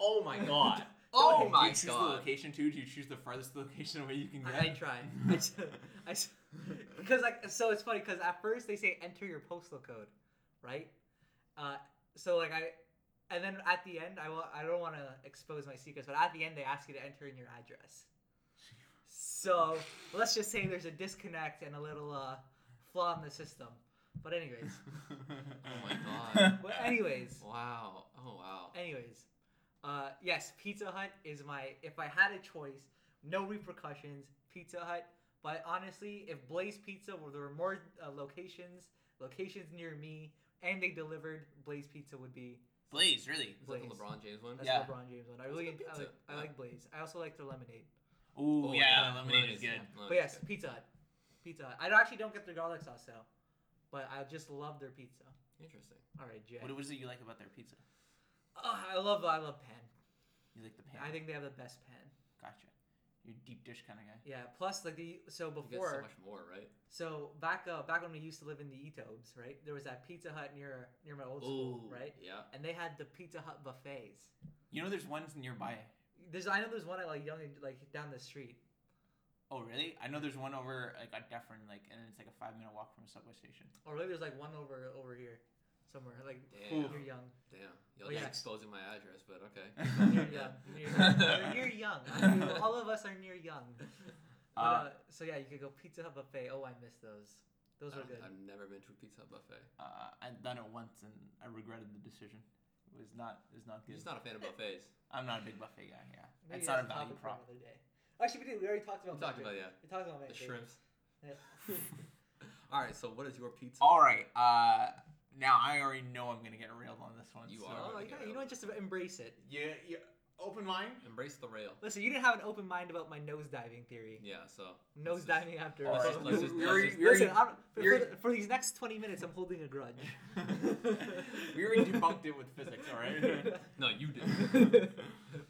oh my god. Oh Do my you choose the God. location too? Do you choose the farthest location away you can get? I, I try. I s- I because like so it's funny because at first they say enter your postal code, right? Uh, so like I, and then at the end I will I don't want to expose my secrets, but at the end they ask you to enter in your address. So let's just say there's a disconnect and a little uh, flaw in the system. But anyways, Oh my God. but anyways, Wow. Oh wow. Anyways, uh, yes, Pizza Hut is my. If I had a choice, no repercussions, Pizza Hut. But honestly, if Blaze Pizza were there were more uh, locations, locations near me, and they delivered, Blaze Pizza would be. Blaze, really? Is that the Blaze. LeBron James one? That's Yeah. LeBron James one. I really, good I pizza. like, I Yeah. like Blaze. I also like their lemonade. Ooh, Oh, yeah, lemonade is yeah, lemonade good. but is yes, Oh, good. Pizza Hut, Pizza Hut. I actually don't get their garlic sauce though, but I just love their pizza. Interesting. All right, Jay. What, what is it you like about their pizza? Ugh, I love, I love Pan. You like the pan? I think they have the best Pan. Gotcha. You're a deep dish kind of guy. Yeah. Plus, like the so before. You get so much more, right? So back uh, back when we used to live in the Etobes, right? There was that Pizza Hut near near my old school, Ooh, right? Yeah. And they had the Pizza Hut buffets. You know, there's ones nearby. There's I know there's one at like young like down the street. Oh, really? I know there's one over like at Dufferin, like, and it's like a five minute walk from a subway station. Or maybe there's like one over over here somewhere. Like Damn. you're young. Damn. You're But yes. exposing my address, but okay. You're young. You're young. You're young. I mean, all of us are near young. But, uh, Uh, so yeah, you could go Pizza Hut buffet. Oh, I miss those. Those Uh, were I- good. I've never been to a pizza Hut buffet. Uh, I've done it once and I regretted the decision. It was not. It was not I'm good. just not a fan of buffets. I'm not a big buffet guy. Yeah, Maybe it's not a that's topic value for prop. another day. Actually, we did. We already talked We about. talked about Mandarin. yeah. We talked about Oh, The Mandarin. shrimps. Yeah. All right. So what is your pizza? All right. Uh, now I already know I'm gonna get railed on this one. You so. are. oh, yeah, you know what? Just embrace it. Yeah. yeah. Open mind. Embrace the rail. Listen, you didn't have an open mind about my nosediving theory. Yeah. So let's just- Nosediving after. let's Alright, just- let's just- we let's already- just- we already- Listen, I'm, for, for, you're- the- for these next 20 minutes, I'm holding a grudge. we already debunked it with physics. All right. No, you did.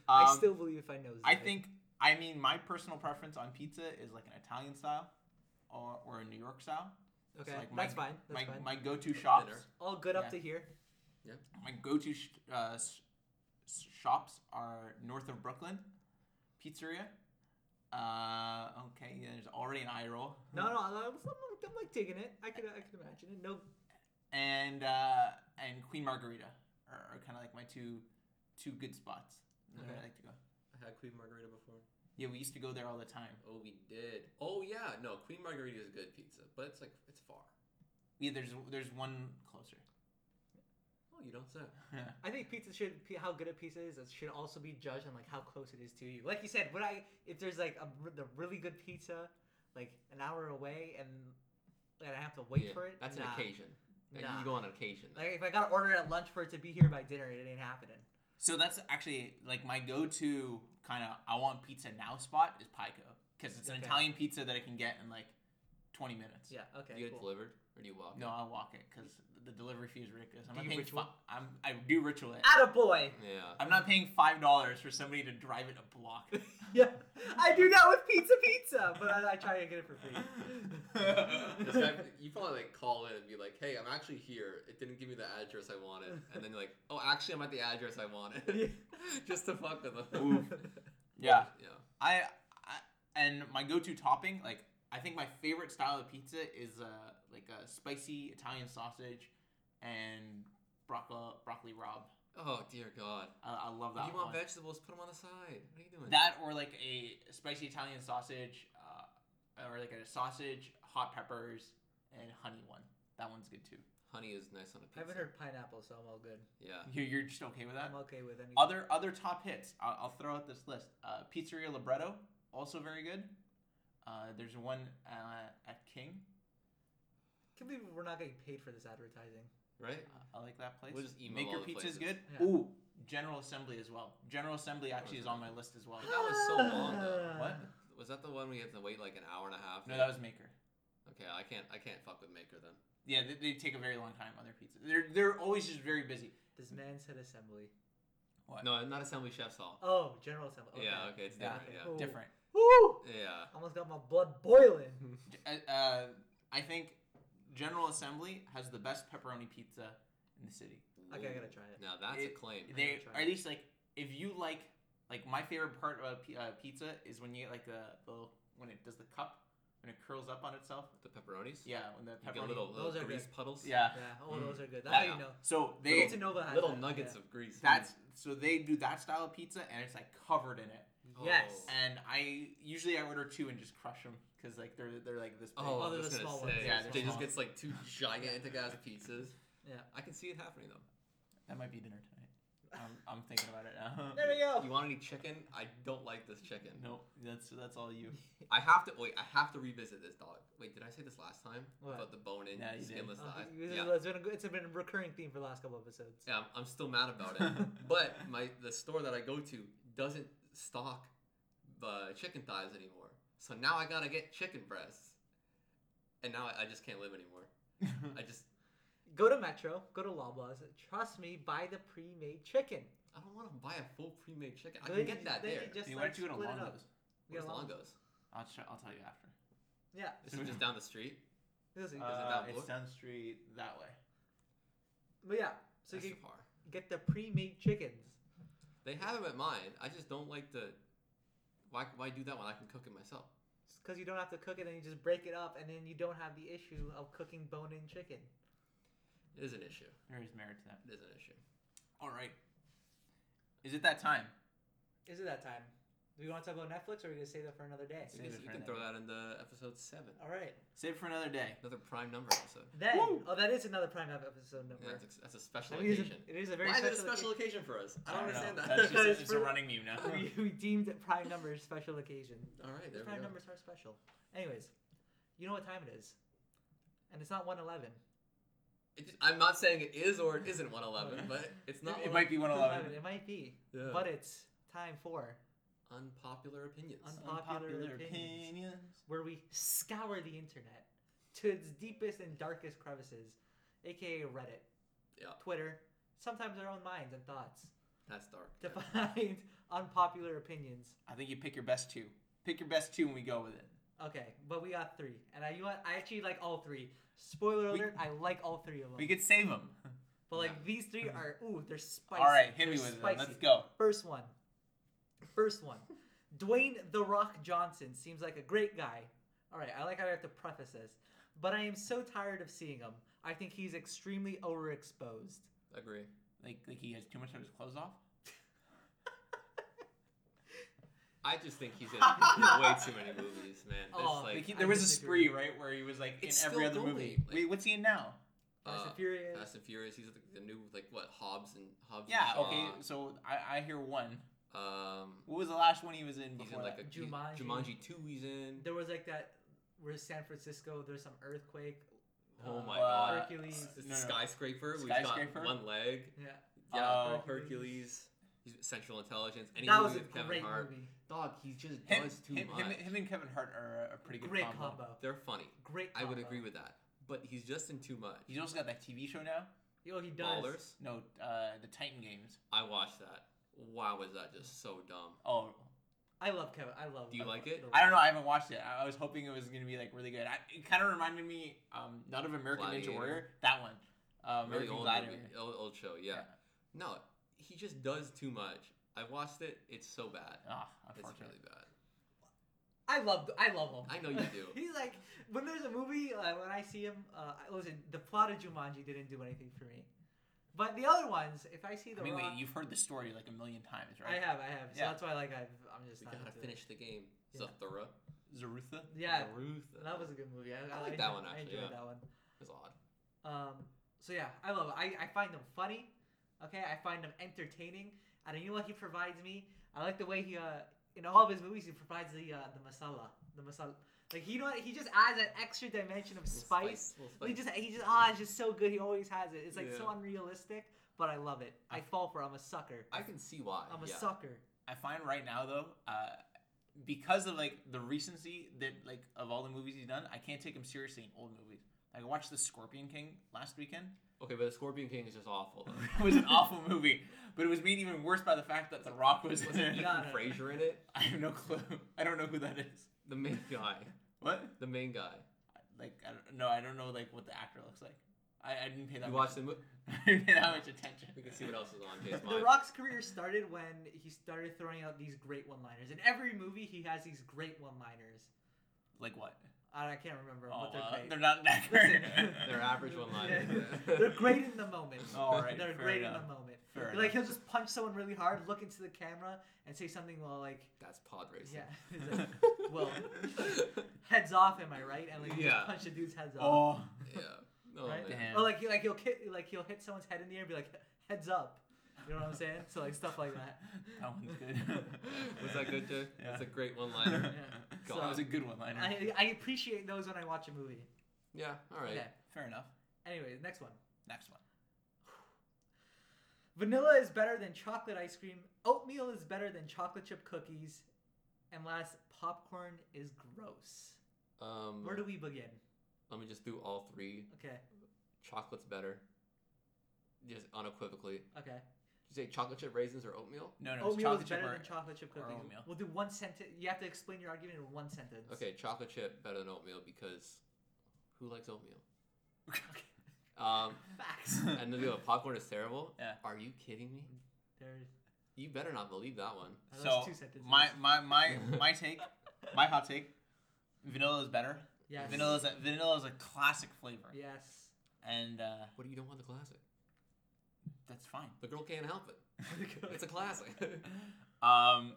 I Um, still believe if I nosedive. I think I mean my personal preference on pizza is like an Italian style or, or a New York style. Okay, like that's my- fine. That's my fine. my go-to shops, Dinner. All good yeah. up to here. my go-to sh- uh, s- s- shops are north of Brooklyn, pizzeria. Uh, okay, yeah, there's already an eye roll. No, no, I'm, I'm, I'm like digging it. I could, I could imagine it. No, And uh, and Queen Margarita are, are kind of like my two two good spots that Okay. I like to go. I had Queen Margarita before. Yeah, we used to go there all the time. Oh, we did. Oh yeah. No, Queen Margarita is good pizza, but it's like it's far. Yeah, there's there's one closer. Oh, you don't say. I think pizza should p- how good a pizza is. It should also be judged on like how close it is to you. Like you said, would I if there's like a r- the really good pizza, like an hour away, and and I have to wait Yeah, for it. That's Nah. an occasion. Like, Nah. You go on an occasion. Like if I gotta order it at lunch for it to be here by dinner, it ain't happening. So that's actually like my go-to kind of I want pizza now spot is Pico because it's an Okay. Italian pizza that I can get in like 20 minutes. Yeah. Okay. do you get cool. it delivered or do you walk? No, I'll walk it because the delivery fee is ridiculous. I'm Do not you paying. ritual? Ah. Fi- I'm I do ritual it. Attaboy. Yeah. I'm not paying five dollars for somebody to drive it a block. yeah, I do that with pizza pizza, but I, I try to get it for free. This guy, you probably like call in and be like, "Hey, I'm actually here. It didn't give me the address I wanted," and then you're like, "Oh, actually, I'm at the address I wanted," just to fuck with them. Oof. yeah, Yeah. I, I and my go-to topping, like I think my favorite style of pizza is uh like a spicy Italian sausage and broccoli broccoli rob. Oh dear God. I, I love that you one. want vegetables? Put them on the side. What are you doing? That or like a spicy Italian sausage, uh, or like a sausage, hot peppers, and honey one. That one's good too. Honey is nice on a I pizza. haven't heard pineapple, so I'm all good. Yeah. You- You're just okay Uh, with that. I'm okay with any. Other other top hits. I'll, I'll throw out this list. Uh, Pizzeria Libretto, also very good. Uh, there's one uh, at King. Can believe we're not getting paid for this advertising. Right. Uh, I like that place. We'll just email Make all your the pizza's places. good. Yeah. Ooh, General Assembly as well. General Assembly actually is on my list as well. That was so long, though. What? Was that the one we had to wait like an hour and a half? No, that was Maker. Okay, I can't. I can't fuck with Maker then. Yeah, they, they take a very long time on their pizza. They're they're always just very busy. This man said assembly. What? No, not Assembly Chef's Hall. Oh, general assembly. Okay. Yeah. Okay. It's Yeah. different. Cool. Different. Woo! Yeah. Yeah. Almost got my blood boiling. Uh, uh, I think General Assembly has the best pepperoni pizza in the city. Okay, I Ooh. gotta try it. Now that's It- a claim. I'm They, gonna try or at it. least like, if you like, like my favorite part about pi- uh, pizza is when you get like the, the little- when it does the cup when it curls up on itself. The pepperonis. Yeah, when the You get pepperoni. little, little Those are grease puddles. yeah. Yeah. Oh, Mm. those are good. That's That- how you know. So Little they to Nova has Little that, nuggets yeah. of grease. that's so they do that style of pizza and it's like covered in it. Oh. Yes. And I usually I order two and just crush them because like they're they're like this. Big. Oh, Oh, I they're was the gonna small say, ones. Yeah, they're Jay just small. gets like two gigantic ass pizzas. Yeah. I can see it happening though. that might be dinner tonight. Um, I'm, I'm thinking about it now. There we go. You want any chicken? I don't like this chicken. Oh. No, that's that's all you. I have to wait. I have to revisit this dog. Wait, did I say this last time What? about the bone-in, Yeah, you did. skinless Uh, thighs? it's, Yeah, it's been a, good- it's been a recurring theme for the last couple episodes. yeah. I'm, I'm still mad about it. but my the store that I go to doesn't stock the chicken thighs anymore. So now I gotta get chicken breasts, and now I, I just can't live anymore. I just Go to Metro. Go to Loblaws. Trust me, buy the pre-made chicken. I don't want to buy a full pre-made chicken. I They can ju- get that they there. ju- Just Hey, like why don't you go to split it up. Longo's? Yeah, Where's Longo's. Longo's? I'll sh- I'll tell you after. Yeah. Is it just down the street? this is- Uh, that it's block? down the street that way. but yeah, so That's you the par. get the pre-made chickens. They have them at mine. I just don't like the. Why, why do that when I can cook it myself? because you don't have to cook it, and you just break it up, and then you don't have the issue of cooking bone-in chicken. It is an issue. There is merit to that. It is an issue. All right. Is it that time? Is it that time? Do we want to talk about Netflix, or are we gonna save that for another day? I Save guess it you for can another throw that into episode seven. All right. Save it for another day. Another prime number episode. Then, Woo! oh, that is another prime Up episode Yeah, number. that's, a, that's a special I mean, it, is occasion. a, it is a very Why is it a special special. occasion for us? I don't know. understand that. That's just, Because it's a for- running meme now. occasion. we, we deemed that prime numbers special occasion. All right, there we go. prime numbers are special. Anyways, you know what time it is, and it's not one eleven. It just- I'm not saying it is or it isn't 111, but it's not. It, it might be 111. It might be, Yeah. but it's time for unpopular opinions. Un- Unpopular opinions. where we scour the internet to its deepest and darkest crevices, aka Reddit, Yeah. Twitter, sometimes our own minds and thoughts, That's dark. to find unpopular opinions. I think you pick your best two. Pick your best two and we go with it. Okay, but we got three, and I you know, what? I actually like all three. Spoiler We- alert: I like all three of them. We could save them. but like these three Mm-hmm. are ooh, they're spicy. All right, hit They're me with it. spicy. Let's go. First one. First one. Dwayne The Rock Johnson seems like a great guy. All right, I like how I have to preface this. But I am so tired of seeing him. I think he's extremely overexposed. Agree. Like, like he has too much of his clothes off. I just think he's in way too many movies, man. There's Oh, like Like he, I there was a disagree. spree right where he was like in It's every still other going, movie. like- Wait, what's he in now? Fast uh, and Furious. Fast and Furious. He's the, the new like what Hobbs and Hobbs. Yeah. and Okay. Shaw. So I, I hear one. Um, What was the last one he was in? he's Before in like a that? Jumanji. Jumanji two. He's in. There was like that where San Francisco, there's some earthquake. Oh uh, my god. Hercules. It's No, no. skyscraper. We've Skyscraper? got one leg. Yeah. Uh, Yeah. Oh. Hercules. He's Central Intelligence. Any that movie was a with Kevin great Hart. movie. Dog, he just Him, does too him, much. him, him and Kevin Hart are a- a pretty good Great combo. combo. They're funny. Great. I Combo. would agree with that. But he's just in too much. He's also got that TV show now. Yo, he does. Ballers. No, uh, the Titan Games. I watched that. Wow, was that just so dumb? Oh, I love Kevin. I love. Do you I like love it? The I don't know. I haven't watched it. I I was hoping it was gonna be like really good. I, it kind of reminded me, um, not of American Ninja Gladiator. Warrior, that one, uh, American really old, Gladiator. movie- old, old show, yeah. Yeah. No, he just does too much. I watched it. It's so bad. Ah, It's unfortunately. really bad. I love I love him. I know you do. He's like when there's a movie uh, when I see him. Uh, I- listen, the plot of Jumanji didn't do anything for me, but the other ones, if I see the I mean, Rock- wait, you've heard the story like a million times, I right? have, I have. So Yeah. that's why like I've, I'm just We not gotta into it. finish the game. Yeah. Zathura. Zarutha. Yeah, Zarutha. that was a good movie. I, I like enjoyed- that one, actually, I enjoyed yeah. that one. It was odd. Um, so yeah, I love it. I, I find him funny. Okay, I find him entertaining, and you know what he provides me? I like the way he, uh, in all of his movies, he provides the uh, the masala, the masala. Like you know, what? he just adds an extra dimension of Little spice. Little He spice. just he just ah, it's just so good. He always has it. It's like so Yeah. unrealistic, but I love it. I fall for. it. I'm a sucker. I can see why. I'm a yeah. sucker. I find right now though, uh, because of like the recency that like of all the movies he's done, I can't take him seriously in old movies. Like I watched The Scorpion King last weekend. Okay, but the Scorpion King is just awful. though. It was an awful movie, but it was made even worse by the fact that The Rock was in Was it it. Yeah. Ethan Fraser in it? I have no clue. I don't know who that is. The main guy. What? The main guy. Like I don't no, I don't know like what the actor looks like. I, I didn't pay that. You much. watch the movie. I didn't pay that much attention. We can see what else is on his The mind. Rock's career started when he started throwing out these great one-liners. In every movie, he has these great one-liners. Like what? I I can't remember, Oh, but they're uh, great. they're not that great. Listen. Their average one liner. Yeah. They're great in the moment. All right, They're fair great in enough. the moment. Fair like enough. he'll just punch someone really hard, look into the camera, and say something well like, That's pod racing. yeah, he's like, well, heads off, am I right? And like he Yeah. just punch the dude's heads off. Oh yeah. No, Right? man. damn. Or like he like he'll hit like he'll hit someone's head in the air and be like, heads up. You know what I'm saying? So like stuff like that. That one's good. Was that good, Jay? Yeah. That's a great one liner. So that was a good one liner. I, I appreciate those when I watch a movie. Yeah, all right. Okay. Fair enough. Anyway, next one. Next one. Vanilla is better than chocolate ice cream. Oatmeal is better than chocolate chip cookies. And last, popcorn is gross. Um, Where do we begin? let me just do all three. Okay, Chocolate's better. Just unequivocally. okay. You say chocolate chip raisins or oatmeal? No, no, it's Oatmeal is chocolate chip better or than chocolate chip or cookies. oatmeal. We'll do one sentence. You have to explain your argument in one sentence. Okay, chocolate chip better than oatmeal because who likes oatmeal? Okay. Um, Facts. and then the other, popcorn is terrible. Yeah. Are you kidding me? There's You better not believe that one. uh, so those two sentences. my my my my take, my hot take, vanilla is better. yes. Vanilla is a, vanilla is a classic flavor, Yes. and uh, What do you don't want the classic? that's fine. The girl can't help it. It's a classic. Um,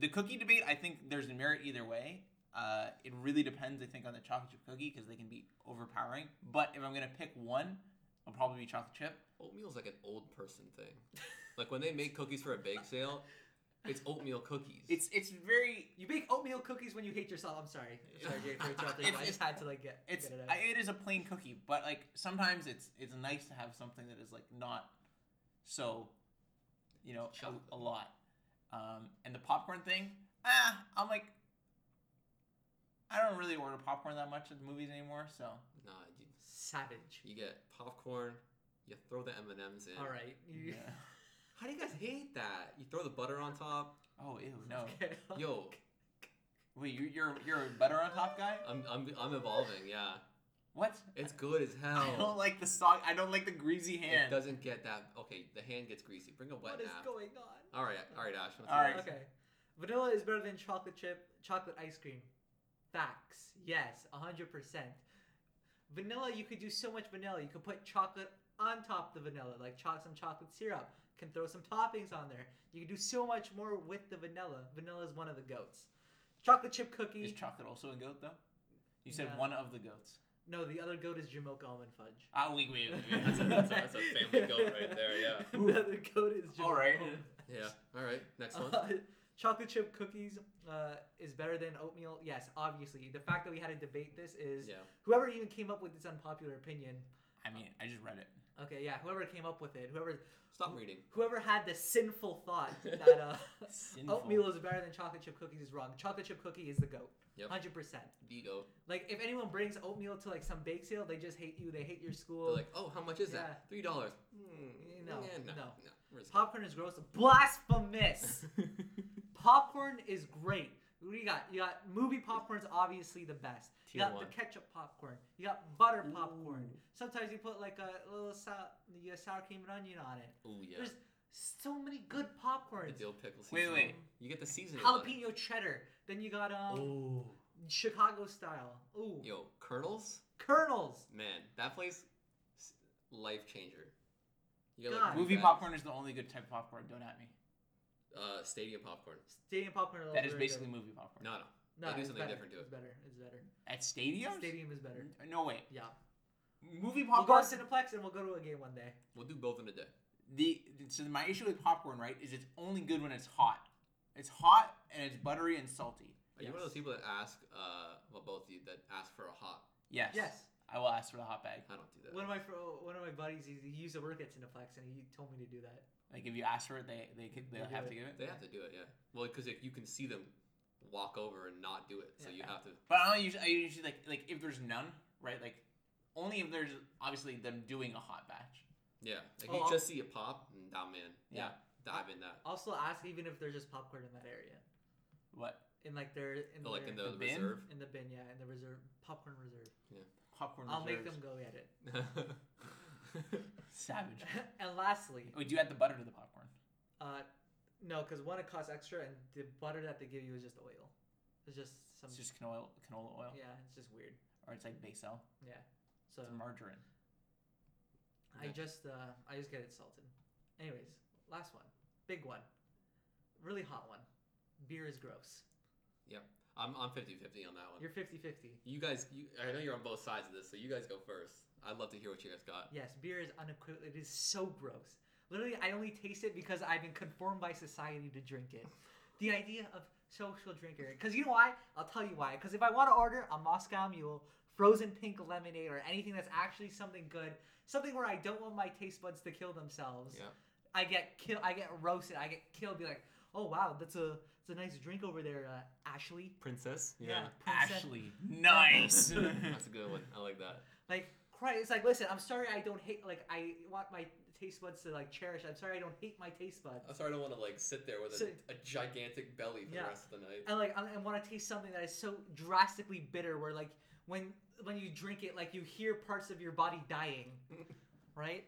the cookie debate, I think there's merit either way. Uh, it really depends, I think, on the chocolate chip cookie because they can be overpowering. But if I'm gonna pick one, it'll probably be chocolate chip. Oatmeal's like an old person thing. Like when they make cookies for a bake sale, it's oatmeal cookies. It's it's very You bake oatmeal cookies when you hate yourself. I'm sorry. Sorry, Jake, for interrupting. It's- I just had to like get, it's get it out. I, it is a plain cookie, but like sometimes it's it's nice to have something that is like not so, you know, Chocolate. a, a lot. Um, and the popcorn thing, ah, I'm like, I don't really order popcorn that much at the movies anymore. So nah, you, Savage. you get popcorn, you throw the M and M's in. All right. You, yeah. How do you guys hate that? You throw the butter on top. oh ew no. Okay. Yo, Wait, you, you're you're a butter on top guy? I'm I'm I'm evolving. Yeah, What? it's good as I don't hell. like the sock. I don't like the greasy It hand. doesn't get that. Okay, the hand gets greasy. Bring a wet What is nap. going on? all right, all right, Ash. what's All yours? right. Okay. Vanilla is better than chocolate chip, chocolate ice cream. Facts. Yes, 100%. Vanilla, you could do so much vanilla. You could put chocolate on top the vanilla, like cho- some chocolate syrup. Can throw some toppings on there. You can do so much more with the vanilla. Vanilla is one of the goats. Chocolate chip Is cookie. chocolate also a goat though? You said No. one of the goats. no, the other goat is Jamoke almond fudge. Ah, wait, wait, wait. wait. That's a- that's a- that's a family goat right there, yeah. the other goat is Jamoke. All right. almond Yeah. All right. Next one. Uh, chocolate chip cookies uh, is better than oatmeal. Yes, obviously. The fact that we had to debate this is Yeah. whoever even came up with this unpopular opinion. I mean, I just read it. Okay, yeah. Whoever came up with it, whoever Stop reading. whoever had the sinful thought that uh, Sinful. oatmeal is better than chocolate chip cookies is wrong. Chocolate chip cookie is the goat. Yep. Hundred percent. Dito. Like if anyone brings oatmeal to like some bake sale, they just hate you. They hate your school. They're like, oh, how much is that? Yeah. Three dollars. Hmm, No, no, no. We're just Popcorn is gross. Blasphemous. popcorn is great. What do you got? You got movie popcorn's obviously the best. You Tier got one. the ketchup popcorn. You got butter popcorn. Ooh. Sometimes you put like a little sour, you got sour cream and onion on it. Oh yeah. There's so many good the popcorns. dill pickle Wait, seasoning. wait. You get the seasoning. one. Jalapeno cheddar. Then you got um Oh. Chicago style. Ooh, Yo, kernels. kernels. Man, that place, s- life changer. You God. Movie bags, popcorn is the only good type of popcorn. Don't at me. Uh, stadium popcorn. Stadium popcorn. are That is Oh, very basically good. movie popcorn. No, no. no. they do it's something better. different to It's it. better. It's better. At stadiums? Stadium is better. No way. Yeah. Movie We'll go popcorn. to Cineplex and we'll go to a game one day. We'll do both in a day. the so my issue with popcorn, right, is it's only good when it's hot. It's hot and it's buttery and salty. Are you one of Yes. those people that ask, uh, well, both of you that ask for a hot? Yes. Yes. I will ask for the hot bag. I don't do that. One of my fr- one of my buddies, he, he used to work at Cineplex, and he told me to do that. Like if you ask for it, they they could They they'll do have it. to give it. They have to do it, yeah. Well, because you can see them walk over and not do it, so you Yeah. have to. But I don't usually I usually like like if there's none, right? Like only if there's obviously them doing a hot batch. Yeah, like Oh, you I'll- just see it pop, and nah, man. Yeah, Yeah. dive in that. Also, ask even if there's just popcorn in that area, What in like their in Oh, like in their- the, The bin? reserve. in the bin, yeah, in the reserve popcorn reserve. popcorn? I'll make reserves. them go at it. savage. and lastly, Wait, do you add the butter to the popcorn? uh, no, because one it costs extra, and the butter that they give you is just oil. It's just some. It's just canola canola oil, yeah, it's just weird. or it's like basil, So it's margarine. I just uh, I just get it salted. Anyways, last one, big one, really hot one. Beer is gross. I'm I'm 50-50 on that one. You're 50-50. You guys, you, I know you're on both sides of this, so you guys go first. I'd love to hear what you guys got. Yes, beer is unequivocal. It is so gross. Literally, I only taste it because I've been conformed by society to drink it. The idea of social drinker. Because you know why? I'll tell you why. Because if I want to order a Moscow Mule, frozen pink lemonade, or anything that's actually something good, something where I don't want my taste buds to kill themselves, Yeah. I get kill. I get roasted. I get killed. Be like, oh wow, that's a that's a nice drink over there, uh, Ashley. Princess. princess." Ashley, nice. That's a good one. I like that. Like, cry. It's like, listen, I'm sorry I don't hate. Like, I want my taste buds to like cherish. I'm sorry I don't hate my taste buds. I'm sorry, I don't want to like sit there with a, So- a gigantic belly for Yeah. the rest of the night. I like. I, I want to taste something that is so drastically bitter, where like when when you drink it, like you hear parts of your body dying, right?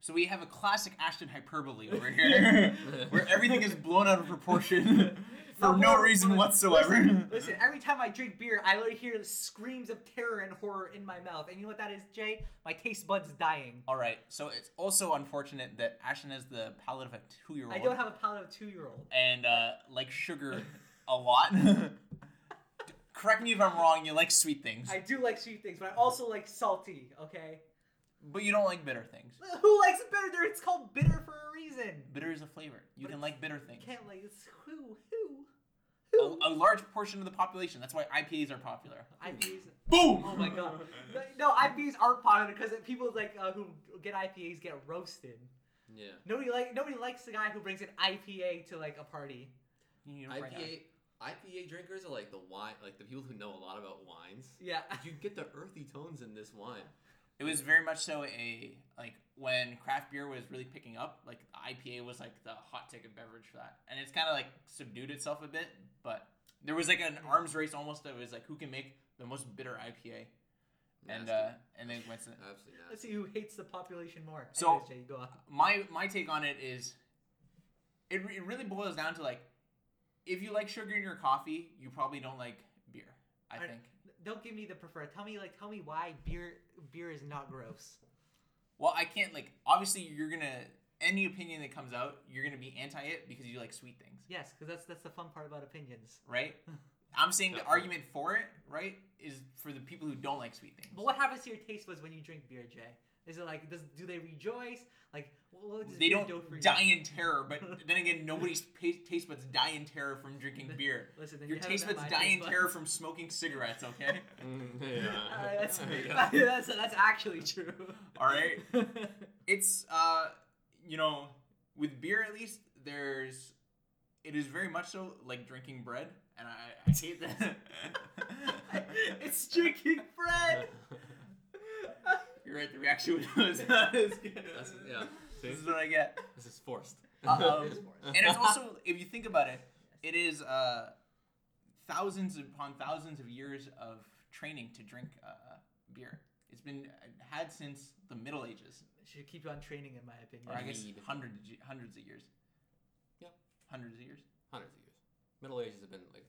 So we have a classic Ashton hyperbole over here, where everything is blown out of proportion for Not no more- reason listen, whatsoever. Listen, every time I drink beer, I literally hear the screams of terror and horror in my mouth. And you know what that is, Jay? My taste buds dying. All right, so it's also unfortunate that Ashton has the palate of a two-year-old, I don't have a palate of a two-year-old. and uh, like sugar a lot. Correct me if I'm wrong. You like sweet things, I do like sweet things, but I also like salty. Okay. but you don't like bitter things. Who likes bitter? It's called bitter for a reason. Bitter is a flavor. You But can it's- like bitter things. You can't like it's who who who. A, a large portion of the population. That's why IPAs are popular. IPAs. Boom! Oh my god. No, IPAs aren't popular because people like uh, who get IPAs get roasted. Yeah. Nobody like nobody likes the guy who brings an IPA to like a party. You know, right now. IPA IPA drinkers are like the wine, like the people who know a lot about wines. Yeah. You get the earthy tones in this wine. It was very much so a like when craft beer was really picking up, like the IPA was like the hot ticket beverage for that, and it's kind of like subdued itself a bit. But there was like an arms race almost that was like who can make the most bitter IPA, and uh, Nasty. and then went to absolutely Let's nasty. see who hates the population more. So- Anyways, Jay, go on. my my take on it is, it, re- it really boils down to like, if you like sugar in your coffee, you probably don't like beer. I I- think. Don't give me the preferred. Tell me like tell me why beer beer is not gross. Well, I can't like obviously you're gonna any opinion that comes out, you're gonna be anti it because you like sweet things. Yes, because that's that's the fun part about opinions. right? I'm saying the Definitely. argument for it, right, is for the people who don't like sweet things. But what happens to your taste buds when you drink beer, Jay? Is it like does do they rejoice? Like what, what does They beer don't do for you? die in terror, but then again, nobody's pa- taste buds die in terror from drinking beer. Listen, then Your you haven't taste met buds my die taste in buds. terror from smoking cigarettes. Okay. Mm, Uh, yeah. that's, There you go. that's that's actually true. All right. it's uh you know with beer at least there's it is very much so like drinking bread and i, I hate that it's drinking bread. you're right the reaction was not as good That's- yeah. this is See? what i get This is forced. Uh-oh. It is forced. and it's also if you think about it it is uh thousands upon thousands of years of training to drink uh beer it's been uh, had since the middle ages Should keep on training, in my opinion. or i guess Indeed. hundreds hundreds of years Yeah. hundreds of years hundreds of years. Middle Ages have been like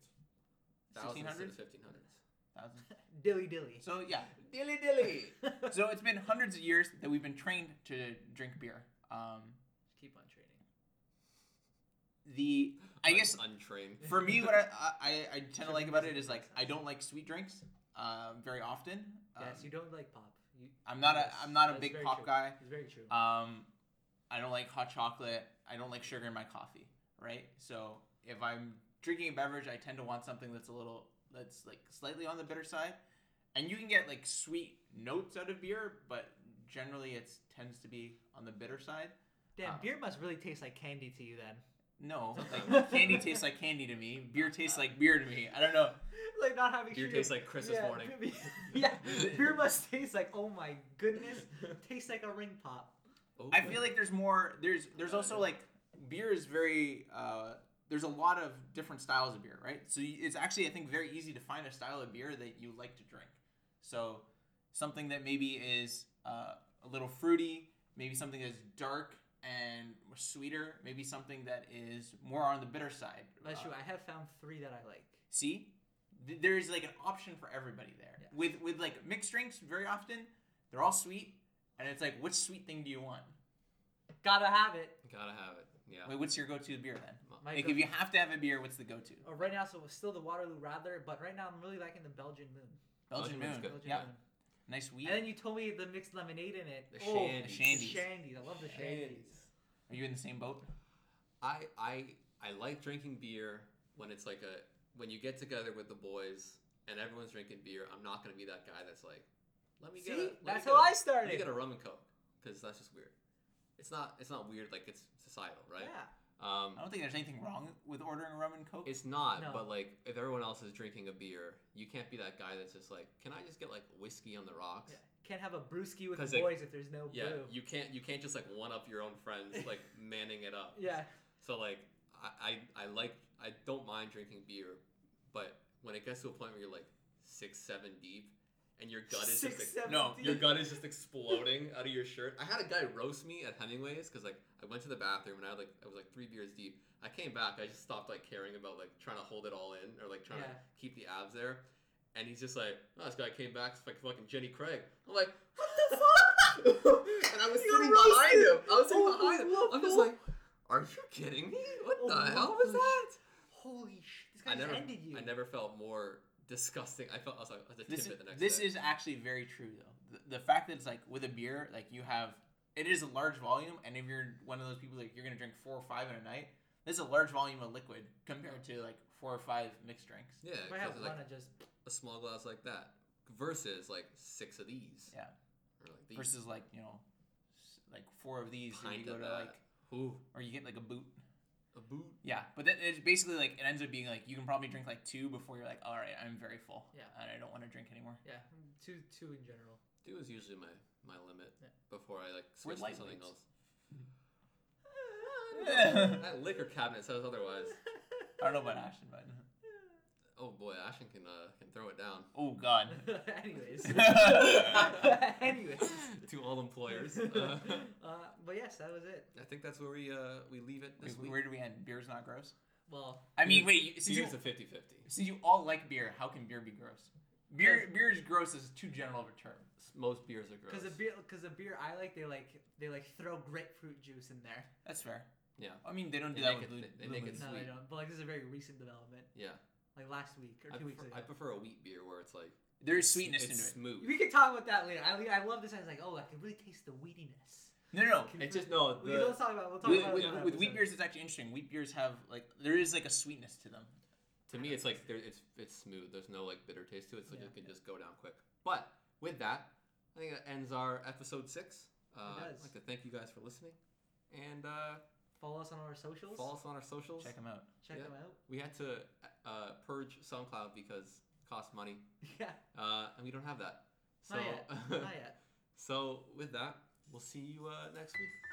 thousands 1600s? to fifteen hundreds. thousands Dilly dilly. So yeah, dilly dilly. so it's been hundreds of years that we've been trained to drink beer. Um, keep on training. the I guess untrained. for me, what I, I I tend to like about it is like I don't like sweet drinks um, very often. Um, yes, you don't like pop. You, I'm not a yes, I'm not a that's big very pop true. guy. It's very true. Um, I don't like hot chocolate. I don't like sugar in my coffee. Right. So if I'm drinking a beverage, I tend to want something that's a little that's like slightly on the bitter side, and you can get like sweet notes out of beer, but generally it tends to be on the bitter side. Damn, uh, beer must really taste like candy to you then. No, like candy tastes like candy to me. Beer tastes like beer to me. I don't know. like not having Beer sugar. tastes like Christmas yeah, morning. beer- yeah, beer must taste like oh my goodness, tastes like a ring pop. Oh, I feel like there's more. There's there's also like beer is very. Uh, there's a lot of different styles of beer, right? So you, it's actually I think very easy to find a style of beer that you like to drink. So something that maybe is uh, a little fruity, maybe something that's dark and sweeter, maybe something that is more on the bitter side. That's Uh, true. I have found three that I like. See, Th- there's like an option for everybody there. Yeah. With with like mixed drinks, very often they're all sweet, and it's like which sweet thing do you want? Gotta have it. gotta have it. Yeah. Wait, what's your go-to beer then? My Like go- if you have to have a beer, what's the go-to? oh, right now, so it's still the Waterloo Rattler, but right now I'm really liking the Belgian Moon. Belgian Belgian Moon's Moon. good. Belgian Yeah, Moon. nice wheat. And then you told me the mixed lemonade in it. The oh, shandies. the Shandies. shandies. I love the shandies. Are you in the same boat? I I I like drinking beer when it's like a when you get together with the boys and everyone's drinking beer. I'm not gonna be that guy that's like, let me See, get. A, let me that's get how a- I Let me started. get a rum and coke because that's just weird. It's not. It's not weird. Like it's societal, right? Yeah. Oh, Um, I don't think there's anything wrong with ordering a rum and coke. It's not, No. but like if everyone else is drinking a beer, you can't be that guy that's just like, can I just get like whiskey on the rocks? yeah. Can't have a brewski with 'Cause the it- boys if there's no Yeah, brew. you can't you can't just like one up your own friends like manning it up. Yeah. So like I, I I like I don't mind drinking beer, but when it gets to a point where you're like six seven deep, and your gut is Six, just ex- seven, no, deep. your gut is just exploding out of your shirt. I had a guy roast me at Hemingway's because like I went to the bathroom and I had like I was like three beers deep. I came back. I just stopped like caring about like trying to hold it all in or like trying to Yeah. keep the abs there. And he's just like, oh, this guy came back it's like fucking Jenny Craig. I'm like, what the fuck? and I was You're sitting behind roasted. him. I was sitting Oh, behind him. I'm just oh. like, are you kidding me? What the Oh, hell what was the that? Holy shit! This guy I just never, ended you. I never felt more disgusting. I felt I was like, I had to this tip it is, the next this day. is actually very true though. The, the fact that it's like with a beer, like you have, it is a large volume, and if you're one of those people that you're gonna drink four or five in a night, this is a large volume of liquid compared to like four or five mixed drinks. yeah, If I have 'cause it's one, like I just a small glass like that versus like six of these. Yeah. Or like these. Versus like you know, s- like four of these, and you Pint go of to that. like, Ooh, or you get like a boot. a boot. Yeah, but that it's basically like it ends up being like you can probably drink like two before you're like, all right, I'm very full. Yeah. and I don't want to drink anymore. yeah, two two in general. Two is usually my my limit Yeah. before I like switch to something lightweights. else. I That liquor cabinet says otherwise. don't know about Ashton, but Oh boy, Ashton can uh, can throw it down oh god. Anyways. Anyways. to all employers. uh, Uh, but yes, that was it. I think that's where we uh, we leave it this Wait, week. Where do we end? Beer's not gross. Well, I mean, Beer's- wait. You, since, you, Here's a 50-50. since you all like beer, how can beer be gross? Beer, beer is gross is too general of a term. Most beers are gross. because the beer, because the beer I like, they like they like throw grapefruit juice in there. That's fair. Yeah. I mean, they don't do They that make with it- Lu- they make it No, Lumen's. they sweet. don't. But like this is a very recent development, yeah. like last week or I two weeks prefer, I ago. prefer a wheat beer where it's like There's sweetness it's into it. smooth. We can talk about that later. I, I love this. I was like, oh, I can really taste the weediness. No, no, no. Can It's just no. we will The, talk about. We'll talk With, about. with, it with wheat episode. beers, it's actually interesting. Wheat beers have like there is like a sweetness to them. to me, it's like there, it's it's smooth. There's no like bitter taste to it, so Yeah. it can just go down quick. But with that, I think that ends our episode six. Uh, I'd does. like to thank you guys for listening, and uh, Follow us on our socials. follow us on our socials. Check them out. Check yeah. them out. We had to uh, purge SoundCloud because it costs money, Yeah. uh, and we don't have that. So, Not yet. Not yet. so with that, we'll see you uh, next week.